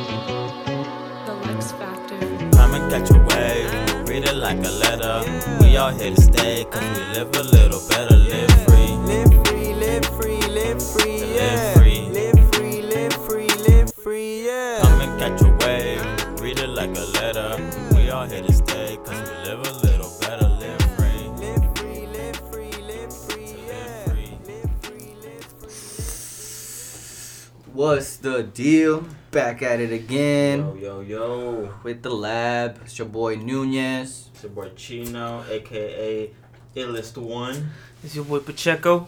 The Lex Factor. I'ma catch a wave, read it like a letter. We all here to stay, cause we live a little better, live free. Live free, live free, live free, Live yeah. free. Live free, live free, live free, yeah. I'ma catch a wave, read it like a letter. We all here to stay, cause we live a little better, live free. Live free, live free, live free, Live yeah. free. What's the deal? Back at it again Yo, yo, yo. with the lab. It's your boy Nunez. It's your boy Chino, aka Illest One. It's your boy Pacheco.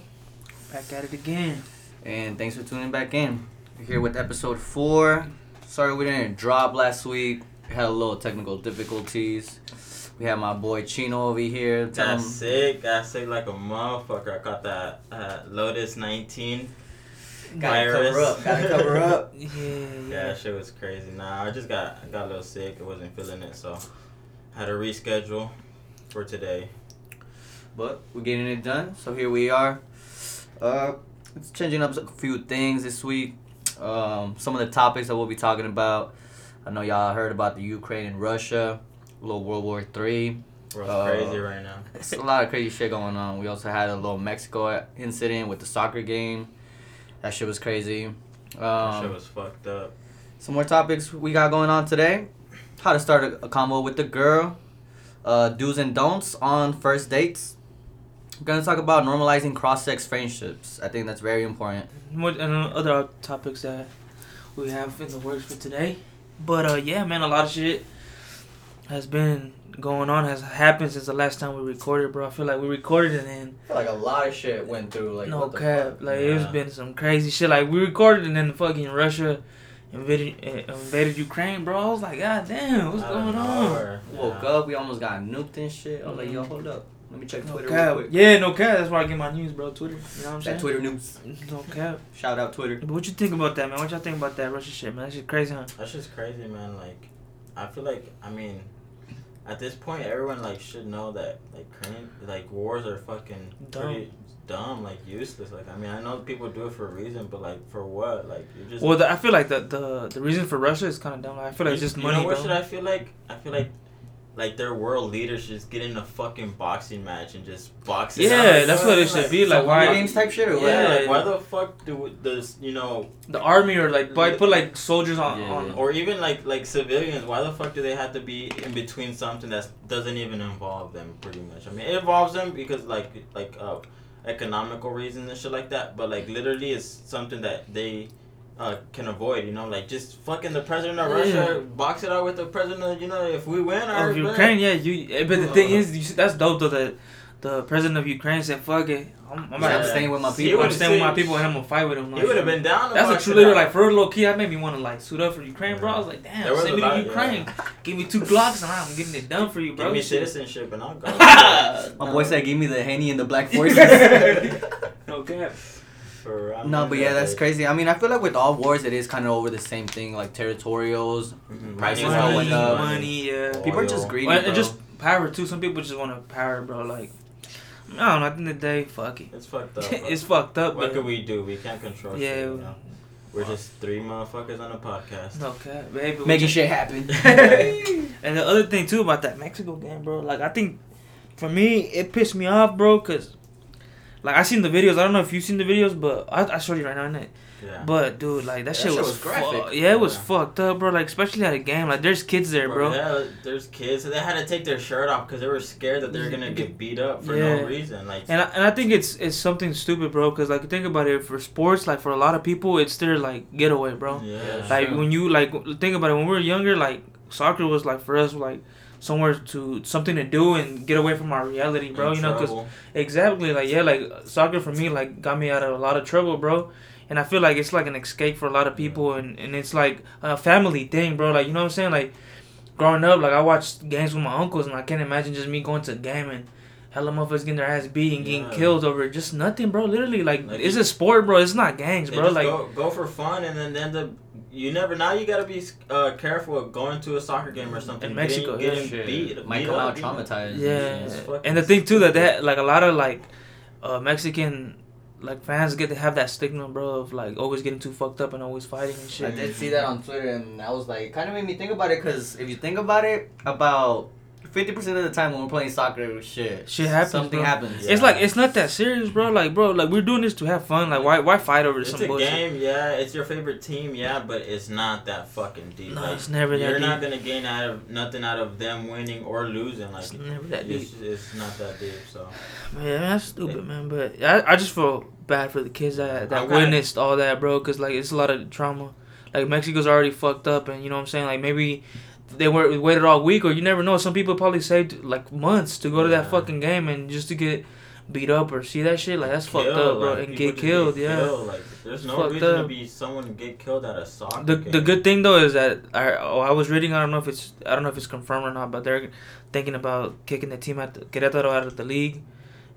Back at it again. And thanks for tuning back in. We're here with episode four. Sorry we didn't drop last week. We had a little technical difficulties. We had my boy Chino over here. Tell That's him, sick. I sick like a motherfucker. I caught that uh, Lotus 19. gotta cover virus. up. Gotta cover up. Yeah, Yeah, yeah. that shit was crazy. Nah, I just got I got a little sick. I wasn't feeling it, so had to reschedule for today. but we're getting it done. So here we are. Uh, it's changing up a few things this week. Um, some of the topics that we'll be talking about. I know y'all heard about the Ukraine and Russia, a little World War Three. World's Uh, crazy right now. It's a lot of crazy shit going on. We also had a little Mexico incident with the soccer game. That shit was crazy. That shit Um, was fucked up. some more topics we got going on today. How to start a, a combo with the girl. Uh, do's and don'ts on first dates. We're gonna talk about normalizing cross-sex friendships. I think that's very important. What and uh, other topics that we have in the works for today. But uh, yeah, man, a lot of shit has been going on, has happened since the last time we recorded, bro. I feel like we recorded and then I feel like a lot of shit went through. Like no cap, like Yeah. it's been some crazy shit. Like we recorded and then fucking Russia invaded uh, invaded Ukraine, bro. I was like, God damn, what's Out of going on? nowhere. Woke Yeah. up, we almost got nuked and shit. I was like, yo, hold up, let me check Mm-hmm. No Twitter cap. real quick. Yeah, no cap. That's where I get my news, bro. Twitter. You know what I'm saying? Mm-hmm. That Twitter news. No cap. Shout out Twitter. But what you think about that, man? What y'all think about that Russia shit, man? That shit crazy, huh? That's just crazy, man. Like, I feel like I mean, at this point, everyone like should know that like current like wars are fucking Dumb. pretty dumb, like useless. Like, I mean, I know people do it for a reason, but like for what? Like, you just Well, the, I feel like the, the the reason for Russia is kind of dumb. I feel like it's You- just you money, Know what bro. should I feel like? I feel like, like their world leaders should just get in a fucking boxing match and just box it out. Yeah, that's what it Like, should be. Like, Some why- Hunger games type shit or what? Yeah, like Yeah. why the fuck do we- does you know, the army or like but put like soldiers on Yeah, on. yeah. or even like like civilians? Why the fuck do they have to be in between something that doesn't even involve them? Pretty much. I mean, it involves them because like like uh, economical reasons and shit like that. But like literally, it's something that they. Uh, can avoid, you know, like just fucking the president of Yeah. Russia, box it out with the president. You know, if we win, Or alright, bet. Ukraine, yeah, Oh, you. eh, But the Uh. thing is, you, see- that's dope though. That the president of Ukraine said, "Fuck it, I'm, I'm, Yeah, gonna I'm staying with my He people. I'm would've staying with my seen- people, and I'm gonna fight with them." He would have been down. to That's watch a true it leader. out. Like for real, low key, that made me want to like suit up for Ukraine, bro. I was like, There damn, was a send me lot, to yeah. Ukraine. Give me two Glocks, and I'm getting it done for you, bro. Give me citizenship and I'll go. My boy said, give me the henny and the black forces. no cap. For real, Mm-hmm. I'm No, gonna but go yeah, that's with- crazy. I mean, I feel like with all wars, it is kind of over the same thing, like territorials. Mhm. Prices Money, going Money, up. money, yeah. People are just Oil. greedy. Well, bro. and just power too. Some people just want to power, bro. Like, I don't know. At the end of the day, fuck it. It's fucked up. bro. it's fucked up, what but could we do? We can't control. Yeah, yeah, shit, you know? we're just three motherfuckers on a podcast. no cap, baby. we making just- shit happen. And the other thing too about that Mexico game, bro. Like, I think for me, it pissed me off, bro, cause. Like I seen the videos, I don't know if you've seen the videos, but I, I showed you right now, innit? Yeah. But dude, like that, shit, shit was, was graphic. fu- yeah, it was Yeah. fucked up, bro. Like especially at a game, like there's kids there, bro. Yeah, there's kids. So they had to take their shirt off because they were scared that they were gonna get beat up for Yeah. no reason. Like, And I, and I think it's it's something stupid, bro. Cause like think about it, for sports, like for a lot of people, it's their like getaway, bro. yeah, Like Sure. when you like think about it, when we were younger, like soccer was like for us like somewhere to something to do and get away from our reality, bro. In you know, 'cause trouble. exactly like yeah, like soccer for me like got me out of a lot of trouble, bro. And I feel like it's like an escape for a lot of people, and and it's like a family thing, bro. Like you know what I'm saying, like. Growing up, like I watched games with my uncles, and I can't imagine just me going to a game and hella motherfuckers getting their ass beat and getting Yeah. killed over just nothing, bro. Literally, like, Like, it's a sport, bro. It's not gangs, They bro. just Like, go, go for fun and then end up. You never now. You gotta be uh, careful of going to a soccer game or something. In Mexico, getting, yeah. getting beat, Might beat come out up, traumatized. yeah. and it's shit. fucking And the thing too that that like a lot of like uh, Mexican like fans get to have that stigma, bro, of like always getting too fucked up and always fighting and I shit. did see that on Twitter, and I was like, kind of made me think about it, cause if you think about it, about fifty percent of the time when we're playing soccer, shit, Shit happens, Something bro. happens. It's like it's not that serious, bro. Like, bro, like we're doing this to have fun. Like, why why fight over Mm. It's some a bullshit? game, yeah. It's your favorite team, yeah, but it's not that fucking deep. No, Like, it's never that You're not deep. gonna gain out of nothing out of them winning or losing. Like It's never that it's, it's not that deep. So Man, that's stupid, man. But I, I just feel bad for the kids that that I'm kinda- witnessed all that, bro. Cause like it's a lot of trauma. Like Mexico's already fucked up, and you know what I'm saying. Like maybe they were waited all week, or you never know. Some people probably saved like months to go to that Yeah. fucking game and just to get beat up or see that shit. Like that's fucked kill, up, bro, like, and people get just killed. Yeah. killed, Like there's no Fucked reason up. to be someone get killed at a soccer The, game. the good thing though is that I oh, I was reading I don't know if it's I don't know if it's confirmed or not but they're thinking about kicking the team out Querétaro out of the league,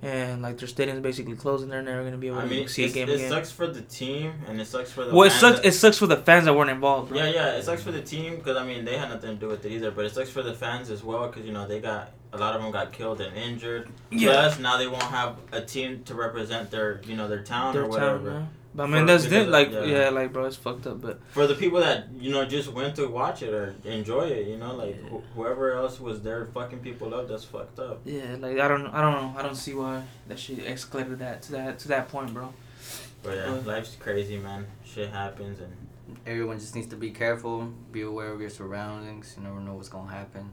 and like their stadium's basically closing. They're never gonna be able I mean, to see a it's- game it again. sucks for the team and it sucks for the. well, it fans sucks. that- It sucks for the fans that weren't involved. Bro. Yeah, yeah, it sucks for the team because I mean they had nothing to do with it either. But it sucks for the fans as well because you know they got a lot of them got killed and injured. Yeah. Plus now they won't have a team to represent their you know their town Their or town, whatever. yeah. But I mean, For- that's because it. of- Like, yeah. yeah. like, bro, it's fucked up. But For the people that you know just went to watch it or enjoy it, you know, like wh- whoever else was there fucking people up, that's fucked up. yeah, like, I don't, I don't know, I don't see why that shit escalated that to that to that point, bro. But yeah, Yeah. life's crazy, man. Shit happens and Everyone just needs to be careful, be aware of your surroundings. You never know what's gonna happen,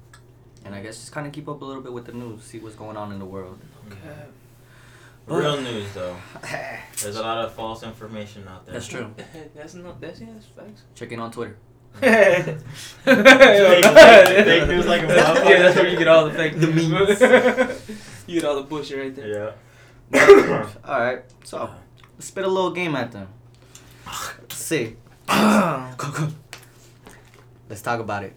and I guess just kind of keep up a little bit with the news, see what's going on in the world. Okay. But- real news though. There's a lot of false information out there. That's true. that's not. That's yeah. That's facts. Check in on Twitter. fake- fake news like a motherfucker. yeah, that's where you get all the fake The news, bro. you get all the bullshit right there. Yeah. All right, so spit a little game at them. Let's see. Let's talk about it.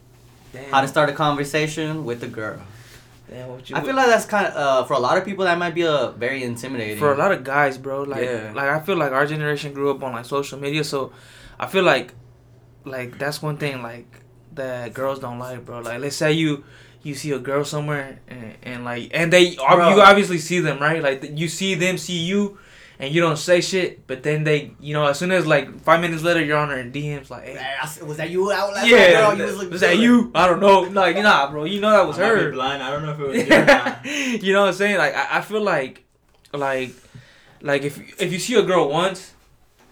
Damn. How to start a conversation with a girl. Damn, what you I feel like that's kind of uh, for a lot of people that might be a very intimidating. for a lot of guys, bro. Like, Yeah. like I feel like our generation grew up on like social media, so I feel like, like that's one thing like that girls don't like, bro. Like, let's say you you see a girl somewhere and, and like and they Bro. you obviously see them right, like th- you see them see you. And you don't say shit, but then they, you know, as soon as like five minutes later, you're on her DMs, like, hey, Hey, I said, was that you out last night, yeah, girl? You was, looking was that good." you? I don't know, like, nah, bro, you know that was I might be her blind. I don't know if it was you or not. you know what I'm saying? Like I, I feel like like like if if you see a girl once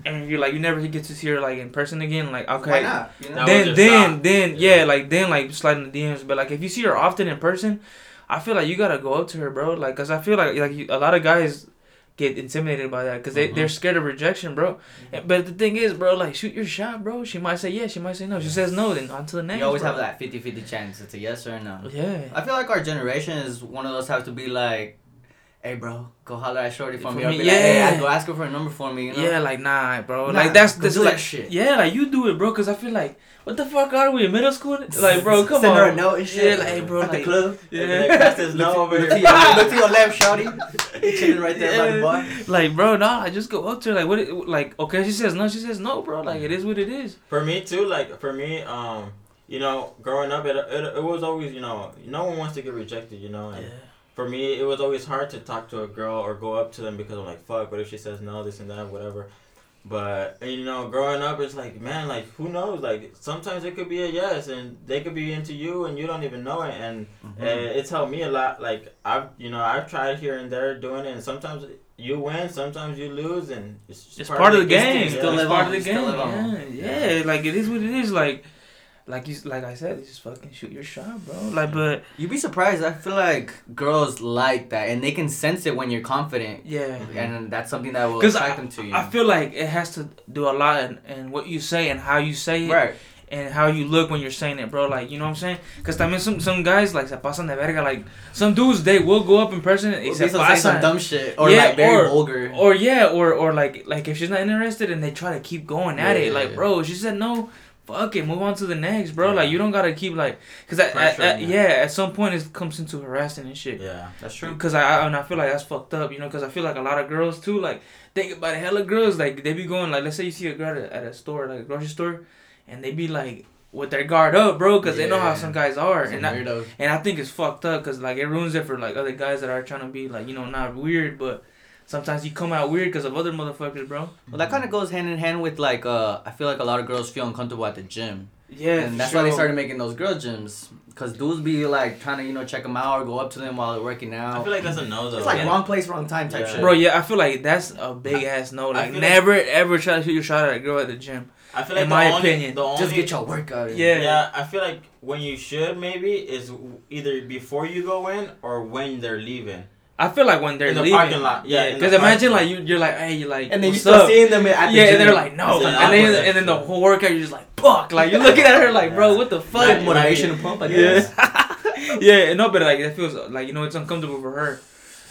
and you're like you never get to see her like in person again, like okay. Why not? You know? That was Then your then shot. then Yeah. yeah. like then like sliding the DMs, but like if you see her often in person, I feel like you gotta go up to her, bro. Like, cause I feel like like you, a lot of guys get intimidated by that because they, Mhm. they're scared of rejection bro Mm-hmm. And- but the thing is bro like shoot your shot bro she might say yes she might say no she says no then on to the next you always bro. have that 50-50 chance. It's a yes or a no. yeah I feel like our generation is one of those have to be like, hey, bro, go holler at Shorty for, For me. me, Or be like, hey, yeah. I- go ask her for a number for me. You know? Yeah, like nah, bro. Nah, like that's go this do like that shit. Yeah, like you do it, bro. Cause I feel like what the fuck are we in middle school? Like, bro, come Send on. her a note and shit. Yeah, like hey, bro, At the like club. Yeah. Like, that's his no over Look to here. your, look to your left, Shorty. You chilling right there by the Yeah. bar. like bro, nah. I just go up to her like what? It, like okay, she says no, she says no, bro. Like it is what it is. For me too, like for me, um, you know, growing up, it, it, it was always, you know, no one wants to get rejected, you know. And For me, it was always hard to talk to a girl or go up to them because I'm like, fuck, what if she says no, this and that, whatever. But and, you know, growing up, it's like, man, like who knows? Like sometimes it could be a yes, and they could be into you, and you don't even know it, and Mm. Mm-hmm. Eh, And it's helped me a lot. Like I've, you know, I've tried here and there doing it, and sometimes you win, sometimes you lose, and it's just It's part, of the game. You yeah. still it's live part on, of you the still game. live on. Yeah, yeah, like it is what it is. Like, like you, like I said, just fucking shoot your shot, bro. Like, but You'd be surprised. I feel like girls like that, and they can sense it when you're confident, yeah. and that's something that will Mm-hmm. 'Cause attract I- them to you. I feel like it has to do a lot in, in what you say and how you say it. right. and how you look when you're saying it, bro. Like, you know what I'm saying? Because también some, some guys, like, se pasan de verga. Like, some dudes, they will go up in person and Well, se they'll say some pasan. dumb shit or Yeah, like very or- vulgar. Or, yeah, or, or like, like if she's not interested and they try to keep going at Yeah, it. yeah, Like, yeah. bro, she said no. fuck it, move on to the next, bro. Yeah. Like you don't gotta keep like, cause I, I, Pressure, I- yeah. yeah, at some point it comes into harassing and shit. Yeah. That's true. Because I, I and I feel like that's fucked up, you know. Because I feel like a lot of girls too, like think about it. Hella girls, like they be going like, let's say you see a girl at a, at a store, like a grocery store, and they be like with their guard up, bro, because they know how Yeah. some guys are, Some and I, weirdos. and I think it's fucked up, cause like it ruins it for like other guys that are trying to be like you know not weird, but sometimes you come out weird because of other motherfuckers, bro. Well, that kind of goes hand in hand with like uh, I feel like a lot of girls feel uncomfortable at the gym, Yeah, and that's why they started making those girl gyms. Cause dudes be like trying to you know check them out or go up to them while they're working out. I feel like that's a no though. it's like wrong place, wrong time type Yeah. shit. Bro, yeah, I feel like that's a big ass no. Like, feel like- never ever try to shoot your shot at a girl at the gym. I feel like in the my only, opinion, the only just get your workout. in. Yeah. Yeah, I feel like when you should maybe is w- either before you go in or when they're leaving. I feel like when they're In the leaving, parking lot, yeah, in the Because imagine parking like you, you're like, hey, you like, And then you what's start up? seeing them at the yeah, gym. and they're like, no, It's an and then awkward and then the extra. whole workout, you're just like, fuck, like you're looking at her like, bro, what the Like, fuck? Yeah. motivation to pump. I guess. yeah, yeah, no, but like that feels like you know it's uncomfortable for her.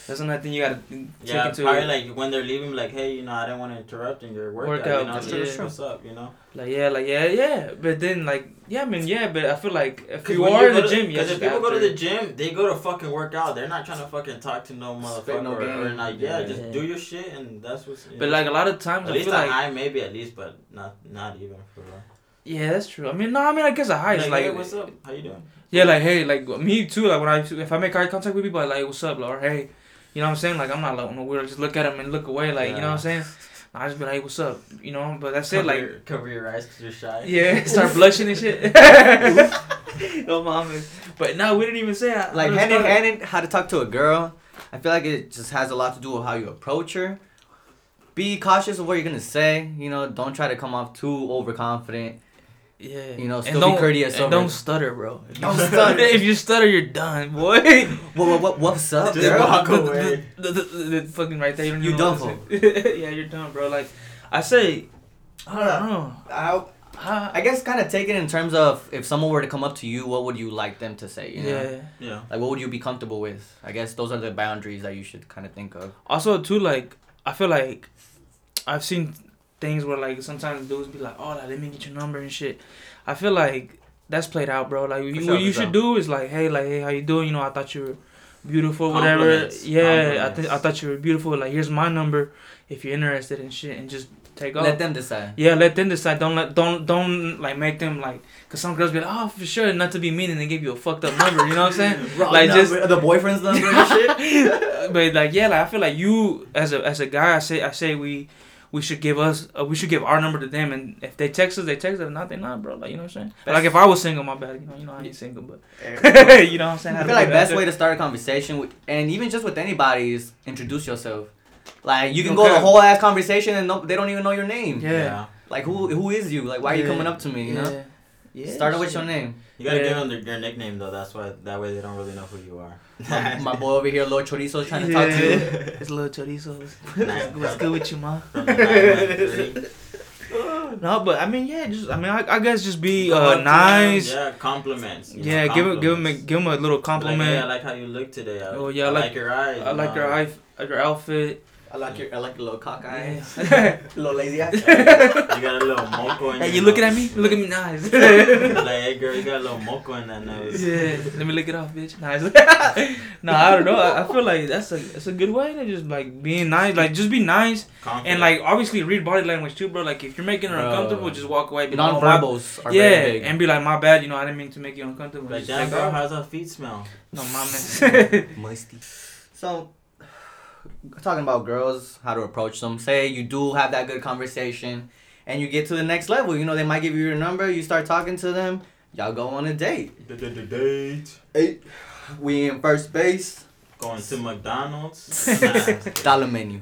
That's another thing you gotta take Yeah, into probably like when they're leaving, like, hey, you know, I do not want to interrupt in your workout. Workout, you know, that's like, true, yeah, that's true. what's up, you know? like yeah, like yeah, yeah. But then like yeah, I mean yeah, but I feel like if 'Cause you when are in go the to- gym, yeah, Because if just people go to after. the gym, they go to fucking work out. They're not trying to fucking talk to no motherfucker no or, or game. not. Yeah, Yeah. just do your shit and that's what's. you But know. like a lot of times, at I least feel a like high, maybe at least, but not not even for real. yeah, that's true. I mean, no, I mean I guess a high is like, like hey, what's up? How you doing? Yeah, like hey, like me too. Like when I if I make eye contact with people, like what's up, like, or hey, you know what I'm saying? Like I'm not like no weird. Just look at them and look away. Like you know what I'm saying? I just be like, hey, what's up? You know. But that's it. cover Like your, cover your eyes because you're shy. yeah, start blushing and shit. no mames. But no, we didn't even say that. like hand in hand in how to talk to a girl i feel like it just has a lot to do with how you approach her be cautious of what you're gonna say you know don't try to come off too overconfident Yeah. You know, And still be don't- courteous And over- don't stutter, bro. If you Don't stutter. if you stutter, you're done, boy. what, what, what, what's up Just girl? walk The- the- away. The, the, the, the fucking right there. You don't You even know what to say. yeah, you're done, bro. Like I say, I don't know. I, How- I guess kind of take it in terms of if someone were to come up to you what would you like them to say you know yeah. Yeah. like what would you be comfortable with i guess those are the boundaries that you should kind of think of Also, too, like I feel like I've seen things where like sometimes dudes be like, "Oh, like, let me get your number and shit." I feel like that's played out, bro. Like you, sure, what you for should do is like, "Hey, like, hey, how you doing? You know, I thought you were beautiful, whatever." Compliments. Yeah, I Compliments. think I thought you were beautiful. Like, here's my number if you're interested and shit, and just take off. let them decide yeah, let them decide. Don't let don't don't like make them like, cause some girls be like, oh for sure, not to be mean, and they give you a fucked up number. You know what I'm saying? Like, just- the boyfriend's number and shit but like yeah, like I feel like you as a as a guy, I say I say we we should give us uh, we should give our number to them, and if they text us, they text us. If not, they not, bro. Like you know what I'm saying. Best- like if I was single, my bad. You know, you know I ain't single, but you know what I'm saying. I feel like best way to start a conversation with, and even just with anybody is introduce yourself. Like you can go Okay. the whole ass conversation and no, they don't even know your name. Yeah. Like who who is you? Like why are you Yeah. coming up to me? You know. Yeah. Start out with shit. your name. You gotta Yeah. give them their, their nickname though. That's why that way they don't really know who you are. My, my boy over here, Lord Chorizo, is trying to talk to you. Yeah. It's little chorizo. Nice. What's good with you, ma? From the 913. No, but I mean, yeah, just I mean, I, I guess just be Come up to uh, them, nice. Yeah, Yeah, compliments. you know, give him give him a, compliments. give him a little Like, compliment. hey, I like how you look today. I, Oh, yeah, I I like, like- your eyes. I like your eye, your outfit. I like your I like your little cock eyes, Yeah. little lazy eye. you got a little moco in Hey, your you looking at me? nose. Look at me nice. like, hey, girl, you got a little moco in that nose. yeah, let me lick it off, bitch. Nice. no, I don't know. I, I feel like that's a that's a good way to just like being nice. Like just be nice Confident. and like obviously read body language too, bro. Like if you're making her Bro. uncomfortable, just walk away. Be like, oh, my- Non-verbals are yeah, very big. and be like, my bad. You know, I didn't mean to make you uncomfortable. Like, Just damn, take girl, off. how's our feet smell? No, my man. musty. So, talking about girls, how to approach them. Say you do have that good conversation, and you get to the next level. You know, they might give you your number. You start talking to them. Y'all go on a date. Date. Eight. We in first base. Going to McDonald's. Nah. Dollar menu.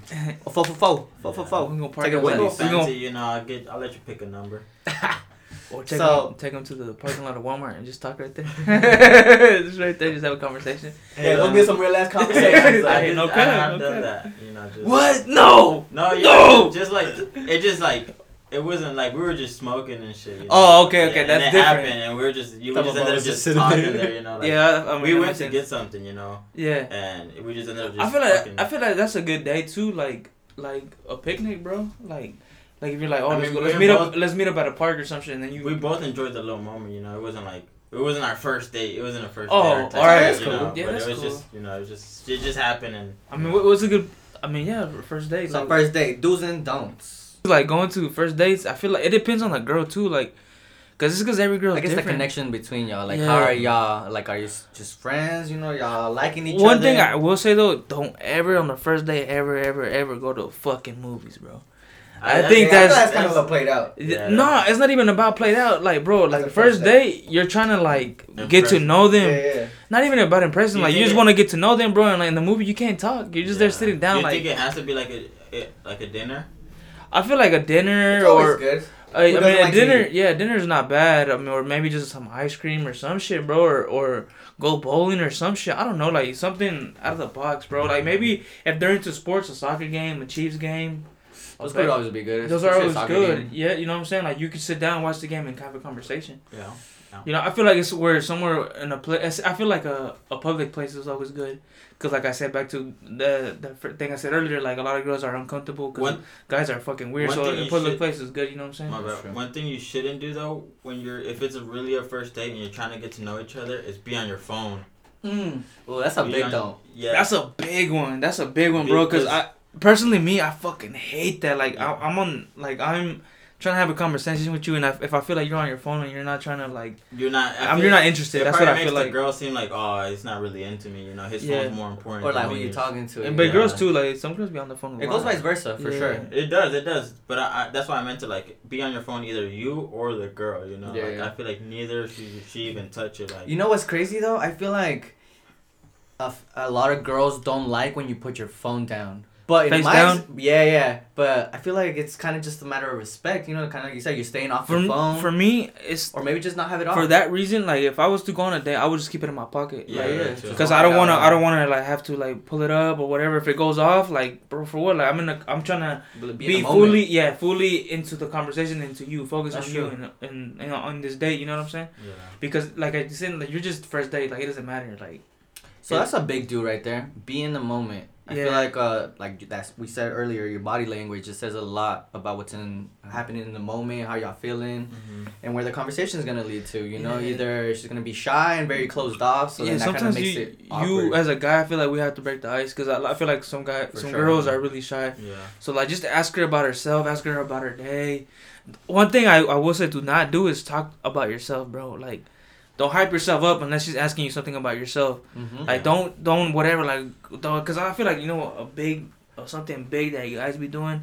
Four for four. Four for Oh, four. we gonna park Take it outside. Go away. Wendy's. We fancy, gonna you know, I'll, get, I'll let you pick a number. or take So- them take them to the parking lot of Walmart and just talk right there. just right there, just have a conversation. Hey, um, don't get some real ass conversations. conversations. I, I did, ain't no I have cut, no done cut. that. You know, just, What? No. No, yeah, No! Just like it, just like it wasn't like we were just smoking and shit. you know? Oh, okay, okay, and that's it different. Happened, and we were just you we Some just of ended up us just just sitting talking there. there. you know. Like, Yeah, I, I mean, we that went makes to sense. get something, you know, Yeah. and we just ended up. Just I feel like fucking- I feel like that's a good day too. Like like a picnic, bro. Like Like if you're like, oh, I let's, mean, go, we let's were meet up, both- let's meet up at a park or something, and then you. We both enjoyed the little moment, you know. It wasn't like it wasn't our first date. It wasn't a first. Oh, date or alright, type of, that's you cool. know, Yeah, but that's it was cool. just you know, it was just it just happened, and I mean, what was a good? I mean, yeah, first date. So like- first date, do's and don'ts. like going to first dates i feel like it depends on the girl too like because it's because every girl I guess different. the connection between y'all, like Yeah. how are y'all, like are you s- just friends? You know, y'all liking each one other. thing i will say though don't ever on the first day ever ever ever go to fucking movies bro I think Yeah, I feel that's- kind of well played out. Yeah, no nah, it's not even about played out like bro like Like the the first first date you're trying to like get to Impress. know Oh, them Yeah, yeah. not even about impressing You like you think just it- want to get to know them bro and like in the movie you can't talk you're just there Yeah. sitting down You like think it has to be like a, a like a dinner? i feel like a It's dinner always or good. I, I Who mean, doesn't a like to dinner, eat? yeah, dinner's not bad. I mean, or maybe just some ice cream or some shit, bro, or, or go bowling or some shit. I don't know, like something out of the box, bro. Mm-hmm. Like maybe if they're into sports, a soccer game, a Chiefs game. Those Okay. could always be good. Those are Especially always soccer good. game. Yeah, you know what I'm saying? Like you could sit down, watch the game, and have a conversation. Yeah. You know, I feel like it's where somewhere in a place. I feel like a, a public place is always good, cause like I said, back to the the fir- thing I said earlier, like a lot of girls are uncomfortable, cause One- guys are fucking weird. one So thing a you public should- place is good. You know what I'm saying? My That's bad. true. One thing you shouldn't do though, when you're if it's really a first date and you're trying to get to know each other, is be on your phone. Mm. Well, that's a Be big on- don't. Yeah. That's a big one. That's a big one, bro. Because I personally, me, I fucking hate that. Like I, I'm on, like I'm trying to have a conversation with you, and I, if I feel like you're on your phone and you're not trying to like, you're not. I I'm, feel- you're not interested. It That's probably what I makes feel the like. girl seem like, oh, he's not really into me. You know, his Yeah. phone's more important. Or like than who me. you talking to. And, but Yeah. girls too, like some girls be on the phone. a It lot. goes vice versa for Yeah. sure. It does, it does. But I, I, that's why I meant to like be on your phone, either you or the girl. You know, Yeah, like yeah. I feel like neither she, she even touch it. Like You know what's crazy though? I feel like a, f- a lot of girls don't like when you put your phone down. But in Face my down? ex- yeah, yeah. But I feel like it's kind of just a matter of respect. You know, kind of like you said, you're staying off For, your phone, for me, it's or maybe just not have it off. for that reason. Like if I was to go on a date, I would just keep it in my pocket. Yeah, yeah, like, yeah. yeah, just Cause don't I don't have it wanna, on. I don't wanna like have to like pull it up or whatever. If it goes off, like bro, for what? Like I'm in a, I'm trying to Be, be, in the moment. fully, yeah, fully into the conversation, into you, focus That's on you, true. and, and and on this date. You know what I'm saying? Yeah. Because like I said, like, you're just first date. Like it doesn't matter. Like So that's a big do right there. Be in the moment. I Yeah. feel like uh like that's we said earlier, your body language it says a lot about what's in happening in the moment, how y'all feeling, and where the conversation is gonna lead to. You know, Yeah. either she's gonna be shy and very closed off, so yeah, then that kind of sometimes makes you it awkward. you as a guy, I feel like we have to break the ice because I, I feel like some guy, For some sure. girls are really shy. Yeah. So like just ask her about herself, ask her about her day. One thing I I will say do not do is talk about yourself, bro. Like. Don't hype yourself up unless she's asking you something about yourself. Mhm. Like don't don't whatever like don't because I feel like you know a big or something big that you guys be doing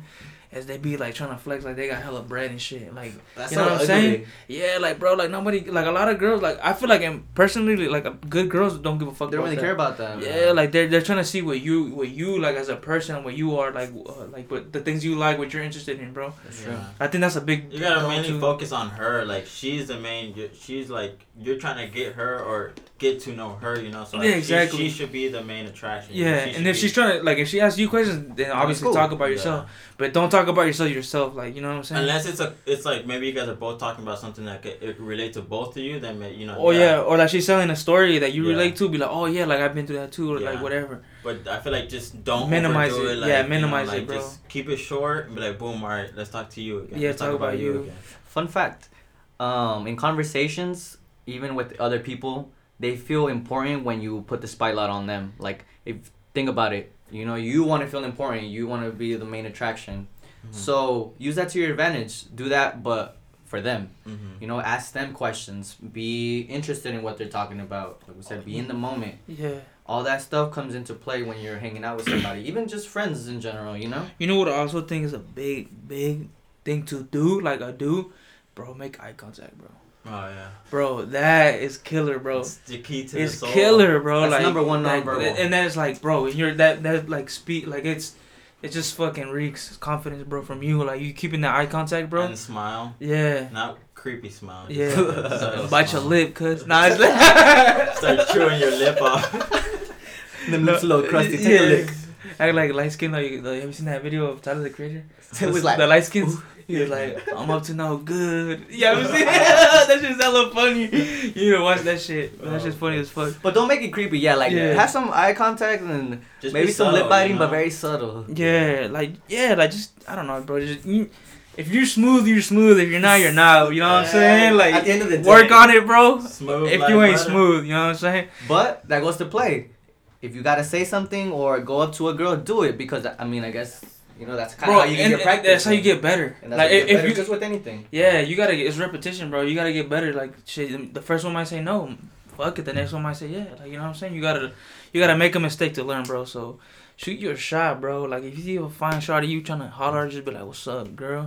is they be like trying to flex like they got hella bread and shit. Like That's you know so what I'm saying? Yeah, like bro, like nobody, like a lot of girls, like I feel like, and personally, like uh, good girls don't give a fuck. They don't about really care about that. that. Yeah, like they're they're trying to see what you, what you like as a person, what you are, like uh, like what the things you like, what you're interested in, bro. That's true. Yeah. I think that's a big. You gotta don't mainly you- focus on her. Like she's the main. you- She's like you're trying to get her or get to know her. You know, so like, Yeah, she- exactly. She, should be the main attraction. you know, Yeah, she and should if be- she's trying to like, if she asks you questions, then obviously cool. talk about Yeah. yourself, but don't talk about yourself yourself. Like you know what I'm saying? Unless it's a, it's like maybe you guys are both talking about something that could it relate to both of you. Then may- you know. Oh yeah. or like she's telling a story that you Yeah. relate to, be like, oh yeah, like I've been through that too, or like Yeah. whatever. But I feel like just don't Minimize overdo it. Like, Yeah, you know, minimize like, it, bro. Just keep it short and be like, boom, all right, let's talk to you again. Yeah, let's talk about you. again. Fun fact, um, in conversations, even with other people, they feel important when you put the spotlight on them. Like if think about it, you know, you want to feel important. You want to be the main attraction. Mhm. So use that to your advantage. Do that, but for them, Mhm. you know, ask them questions. Be interested in what they're talking about. Like we said, be in the moment. Yeah. All that stuff comes into play when you're hanging out with somebody, even just friends in general. You know. You know what I also think is a big, big thing to do, like I do, bro. Make eye contact, bro. Oh yeah. Bro, that is killer, bro. It's the key to the It's soul. killer, bro. That's like number one like, nonverbal. and then it's like, bro, and you're that that like speak like it's, it just fucking reeks confidence, bro, from you. Like you keeping that eye contact, bro. And smile, yeah. not creepy smile. just Yeah. like a subtle Bite your smile. lip, cuz. Nah, it's like. Start chewing your lip off. Them lips a little crusty. Take Yeah. a lick. Act like light skin. Like, like, have you seen that video of Tyler the Creator? It was like, the light skins. He was like, I'm up to no good. Yeah, I'm saying that shit's hella funny. You know, watch that shit. Oh, That shit's funny as fuck. but don't make it creepy. Yeah, like Yeah. have some eye contact and Just maybe be some subtle, lip biting, you know? but very subtle. Yeah, like yeah, like just I don't know, bro. Just you, If you're smooth, you're smooth. If you're not, you're not. You know what I'm saying? Like at the end of the day, work on it, bro. Smooth if like you ain't butter. smooth, you know what I'm saying? But that goes to play. If you gotta say something or go up to a girl, do it because I mean I guess you know that's kind of Bro, how you get and- your and practice. that's how you in. get better. And that's Like how you if, get better if you just with anything. Yeah, you gotta. It's repetition, bro. You gotta get better. Like shit, the first one might say no, fuck it. The next one might say yeah. Like you know what I'm saying. You gotta, you gotta make a mistake to learn, bro. So shoot your shot, bro. Like if you see a fine shot of you trying to holler, just be like, "What's up, girl?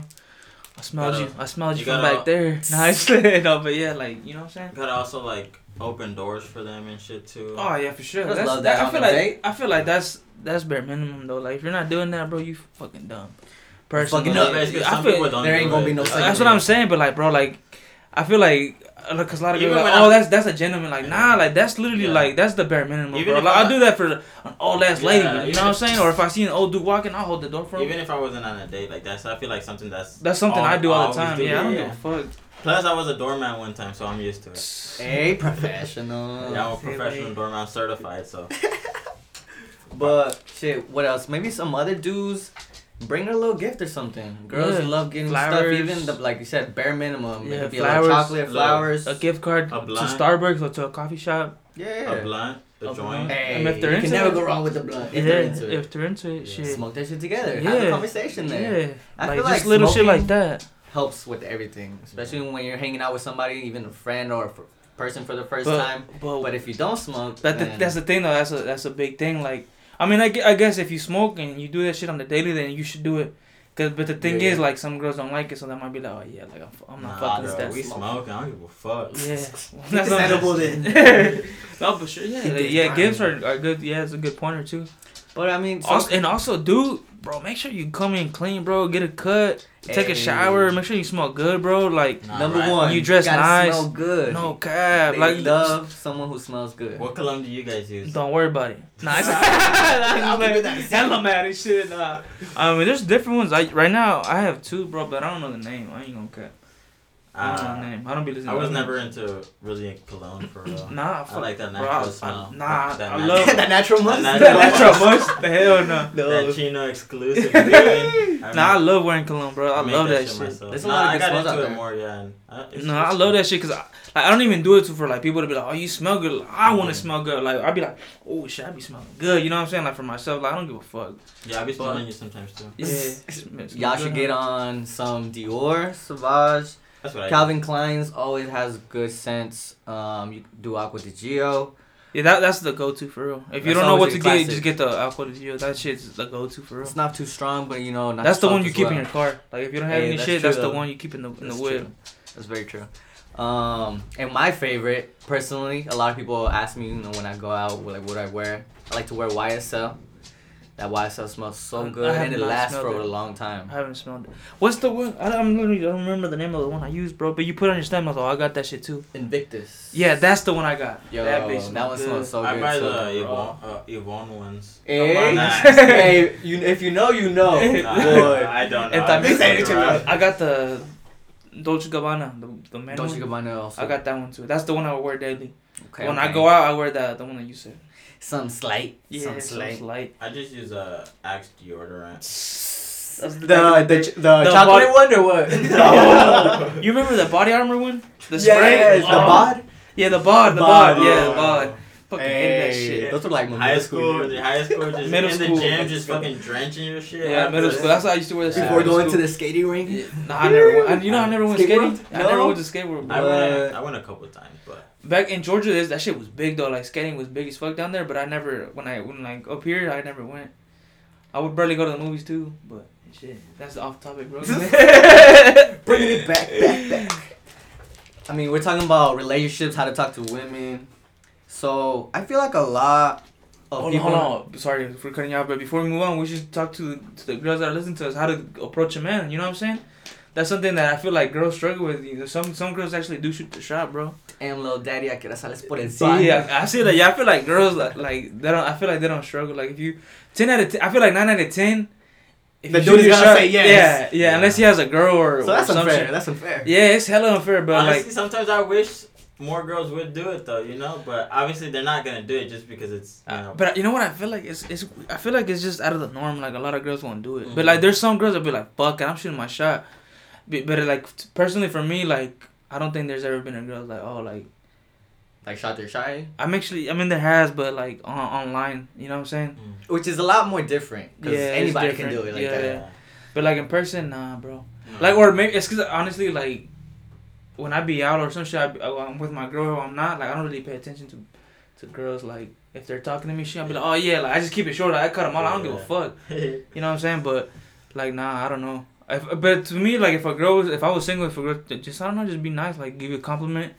I smelled you. I smelled you, You from gotta- back there." Nah, I slid up, but yeah, like you know what I'm saying. Gotta also like open doors for them and shit too. Oh yeah, for sure. Just That's, love that, that I on feel the like date. I feel like that's that's bare minimum though. Like if you're not doing that, bro, you fucking dumb. Fucking Personally, dumb. It's 'cause I some people feel don't there do ain't gonna it. be no It's second like- that's what I'm saying, but like, bro, like, I feel like, uh, cause a lot of Even people, are like, when oh, I- that's that's a gentleman. Like, nah, like that's literally Yeah. like that's the bare minimum, Even bro. if Like, I- I'll do that for an old ass Yeah, lady, you even know what I'm if- saying? Or if I see an old dude walking, I'll hold the door for him. Even if I wasn't on a date like that, so I feel like something that's that's something all- I do all always the time. Oh, do, yeah, I don't yeah. give a fuck. plus I was a doorman one time, so I'm used to it. A Uh, professional. Yeah, I'm a Hey, professional wait. doorman certified, so But shit, what else? Maybe some other dudes bring her a little gift or something. Girls Yeah, love getting flowers. stuff, even the, like you said, bare minimum. it Yeah, could be a little flowers. chocolate, Love. flowers. A gift card A to blind. Starbucks or to a coffee shop. Yeah. a blunt, a, A joint. blunt. Hey, And if they're you into can never it- go wrong with the blunt. If yeah, they're into it. if they're into it, shit. Smoke that shit together. Have a Yeah. conversation there. Yeah, I like feel just like little shit like smoking- that. Helps with everything, especially when you're hanging out with somebody, even a friend or a f- person for the first But- time. But if you don't smoke, That the, then- that's the thing though. That's a that's a big thing. Like I mean, I, gue- I guess if you smoke and you do that shit on the daily, then you should do it. Cause but the thing Yeah, is, yeah. like some girls don't like it, so they might be like, oh yeah, like I'm, f- I'm Nah, not bro, fucking with that's- we that. smoking. I don't give a fuck. Yeah, Keep this edible then. no, but sure, yeah, Keep like, this yeah. grind. Gifts are, are good. Yeah, it's a good pointer too. But I mean, some- Also, and also, dude, bro, make sure you come in clean, bro. Get a cut, take a Hey. shower, make sure you smell good, bro. Like Nah, number right? one, You dress gotta nice. Smell good. no cap, They like love someone who smells good. What cologne do you guys use? Don't worry about it. Nah, it's I'll give you that. hella mad and shit. Nah. I mean, there's different ones. I right now I have two, bro, but I don't know the name. I ain't gonna cut. I don't know the Uh, name. I don't be listening. I to was them. never into really cologne for real. Nah, I fuck. like that bro, natural I- I- smell. nah, that I natural- love- that natural must. That That natural much. The hell no. That No. Chino exclusive. dude. I Nah, I mean, love wearing cologne, bro. I make love that shit shit. myself. There's a Nah, lot of I good got smells into out it there. more, yeah. and I- it's just No, I cool. love that shit because I, like, I don't even do it to for like people to be like, oh, you smell good. I want Yeah. to smell good. Like I'd be like, oh shit, I be smelling good. You know what I'm saying? Like for myself, like I don't give a fuck. Yeah, I be smelling you sometimes too. Yeah, Y'all should get on some Dior, Sauvage, That's what I. Calvin Klein's always has good scents. Um, you do Aqua di Gio. Yeah, that, that's the go to for real. If you That's don't know what always to a get, classic. just get the alcohol de Gio. That shit's the go to for real. It's not too strong, but you know, not That's too the one soft you as keep well. in your car. Like if you don't have Hey, any that's shit, true, that's the though. one you keep in the in the That's whip. true. That's very true. Um, and my favorite, personally, a lot of people ask me, you know, when I go out, what- like what I wear. I like to wear YSL. That YSL smells I- so I good, have and it not lasts for smelled it. a long time. I haven't smelled it. What's the one? I don't, I'm literally I don't remember the name of the one I used, bro. But you put it on your stem. I was like, oh, I got that shit too. Invictus. Yeah, that's the one I got. Yo, that that, bitch smell one good. smells so I good. buy too. the Yvonne, uh, Yvonne ones. Hey, Nah. hey, you, if you know, you know. Nah, Boy. I don't know. And también- I just uh, Say fuck it I got the Dolce Gabbana, the the man. Dolce one. Gabbana also. I got that one too. That's the one I wear daily. Okay, when I okay. go out, I wear that the one that you said. some slight, Yeah, some it's slight. light. I just use a Axe deodorant. the- The the ch- the, the chocolate bo- wonder what? No. You remember the body armor one? The Yes, spray? the Oh. bod. Yeah, the bod, the bod, Bod, yeah, the yeah. bod. Fucking hated that Hey, shit. Those were like my High middle school, high school, just Middle in school. the gym, just fucking drenching your shit. Yeah, after middle that. school. That's how I used to wear that shit. Before Yeah. going to the skating rink. Nah, I never went. I, you know, I never went Skate skating. world? I never No. went to skateboard. I Bro. went, I went a couple times, but Back in Georgia, this, that shit was big though. Like skating was big as fuck down there. But I never, when I when like up here, I never went. I would barely go to the movies too. But shit, that's off topic, bro. Bringing it back, back, back. I mean, we're talking about relationships, how to talk to women. So I feel like a lot of hold on, Uh, people. hold on. Sorry for cutting you off, but before we move on, we should talk to, to the girls that are listening to us how to approach a man. You know what I'm saying? That's something that I feel like girls struggle with. You know, some some girls actually do shoot the shot, bro. Damn, little daddy, I quiero sales por el See, baño. I, I see that. Yeah, I feel like girls like, like they don't. I feel like they don't struggle. Like if you ten out of ten, I feel like nine out of ten. If The you dude shoot is your gonna say yes. Yeah, yeah, Yeah. Unless he has a girl or So that's or some unfair. shit. That's unfair. Yeah, it's hella unfair, but honestly, like sometimes I wish more girls would do it though, you know. But obviously, they're not gonna do it just because it's you know. Uh, But you know what I feel like it's it's I feel like it's just out of the norm. Like a lot of girls won't do it. But Mhm. like there's some girls that be like, "Fuck," it, I'm shooting my shot. Be- But like t- personally for me, like I don't think there's ever been a girl like oh like Like shot their shy, I'm actually I mean there has but like on online you know what I'm saying. mm, which is a lot more different because Yeah, it's anybody can do different. it like Yeah. that. But like in person, nah, bro. No. Like or maybe it's because honestly like when I be out or some shit, I be, oh, I'm with my girl or I'm not. Like I don't really pay attention to to girls like if they're talking to me shit. I'll be like oh yeah like I just keep it short. Like, I cut them all. I don't give a Yeah. fuck. You know what I'm saying? But like, nah, I don't know. If, but to me, like, if a girl was, if I was single, if a girl just, I don't know, just be nice, like, give you a compliment,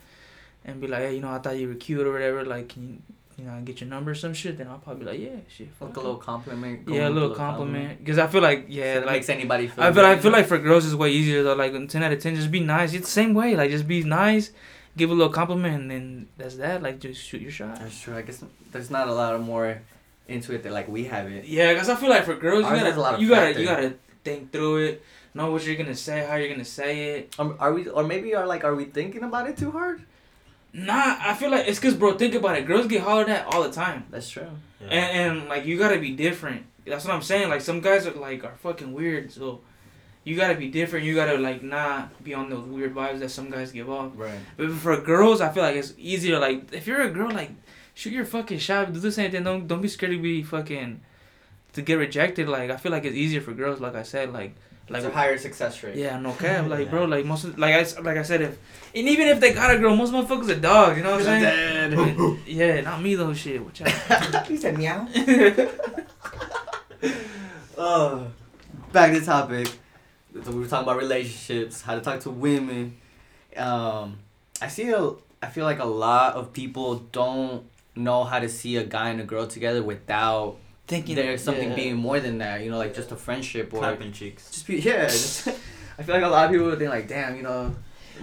and be like, hey, you know, I thought you were cute or whatever. Like, can you, you know, get your number or some shit. Then I'll probably be like, yeah, shit, fuck Like it. a little compliment. yeah, a little compliment. Because I feel like, yeah, It like, makes anybody feel. I but I good. feel like for girls it's way easier though. Like ten out of ten, just be nice. It's the same way. Like, just be nice, give a little compliment, and then that's that. Like, just shoot your shot. That's true. I guess there's not a lot of more into it that like we have it. Yeah, because I feel like for girls, Ours you has a lot gotta of you gotta factor. you gotta think through it, know what you're gonna say, how you're gonna say it. Um, are we or maybe are like are we thinking about it too hard? Nah, I feel like it's cause bro, think about it. Girls get hollered at all the time, That's true. Yeah. and and like you gotta be different. That's what I'm saying. Like some guys are like are fucking weird, so you gotta be different. You gotta like not be on those weird vibes that some guys give off. Right. But for girls, I feel like it's easier. Like if you're a girl, like shoot your fucking shot, do the same thing. Don't don't be scared to be fucking to get rejected. Like I feel like it's easier for girls. Like I said, like Like like a higher success rate. yeah, no cap. Like Yeah. bro, like most of, like I s- like I said, if and even if they got a girl, most motherfuckers are dogs. You know what I'm saying? And- yeah, not me though. Shit, watch out. he said meow. uh, back to the topic. So we were talking about relationships, how to talk to women. Um, I see. A, I feel like a lot of people don't know how to see a guy and a girl together without Thinking there's something yeah. being more than that. You know, like just a friendship or Clapping cheeks. just be yeah. Just, I feel like a lot of people would think like, damn, you know,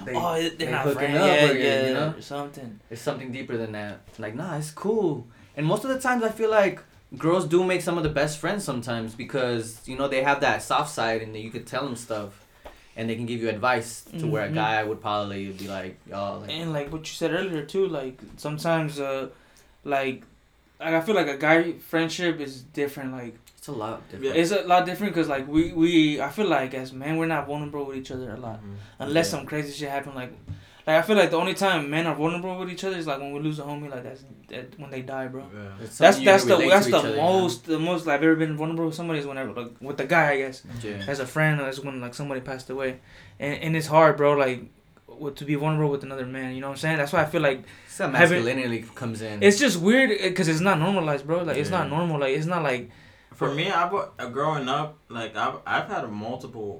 they, oh, they're they not hooking friends. up yeah, or, yeah, you know? or something. it's something deeper than that. Like, nah, it's cool. And most of the times, I feel like girls do make some of the best friends sometimes because you know they have that soft side and you could tell them stuff, and they can give you advice to where a Mhm. guy would probably be like, oh, like, And like what you said earlier too, like sometimes, uh, like, like I feel like a guy friendship is different. Like it's a lot different. it's a lot different because like we we I feel like as men we're not vulnerable with each other a lot Mhm. unless Yeah. some crazy shit happen. Like, like I feel like the only time men are vulnerable with each other is like when we lose a homie. Like that's that, when they die, bro. Yeah. It's That's something you that's can the relate that's to the each other, you know? most the most I've ever been vulnerable with somebody is whenever like with the guy I guess Yeah. as a friend or as when like somebody passed away, and and it's hard, bro. Like. with- To be vulnerable with another man, you know what I'm saying? That's why I feel like It's that Have it- masculinity comes in. it's just weird because it's not normalized, bro. Like it's Yeah. not normal. Like it's not like For me, I've uh, growing up, like I've I've had multiple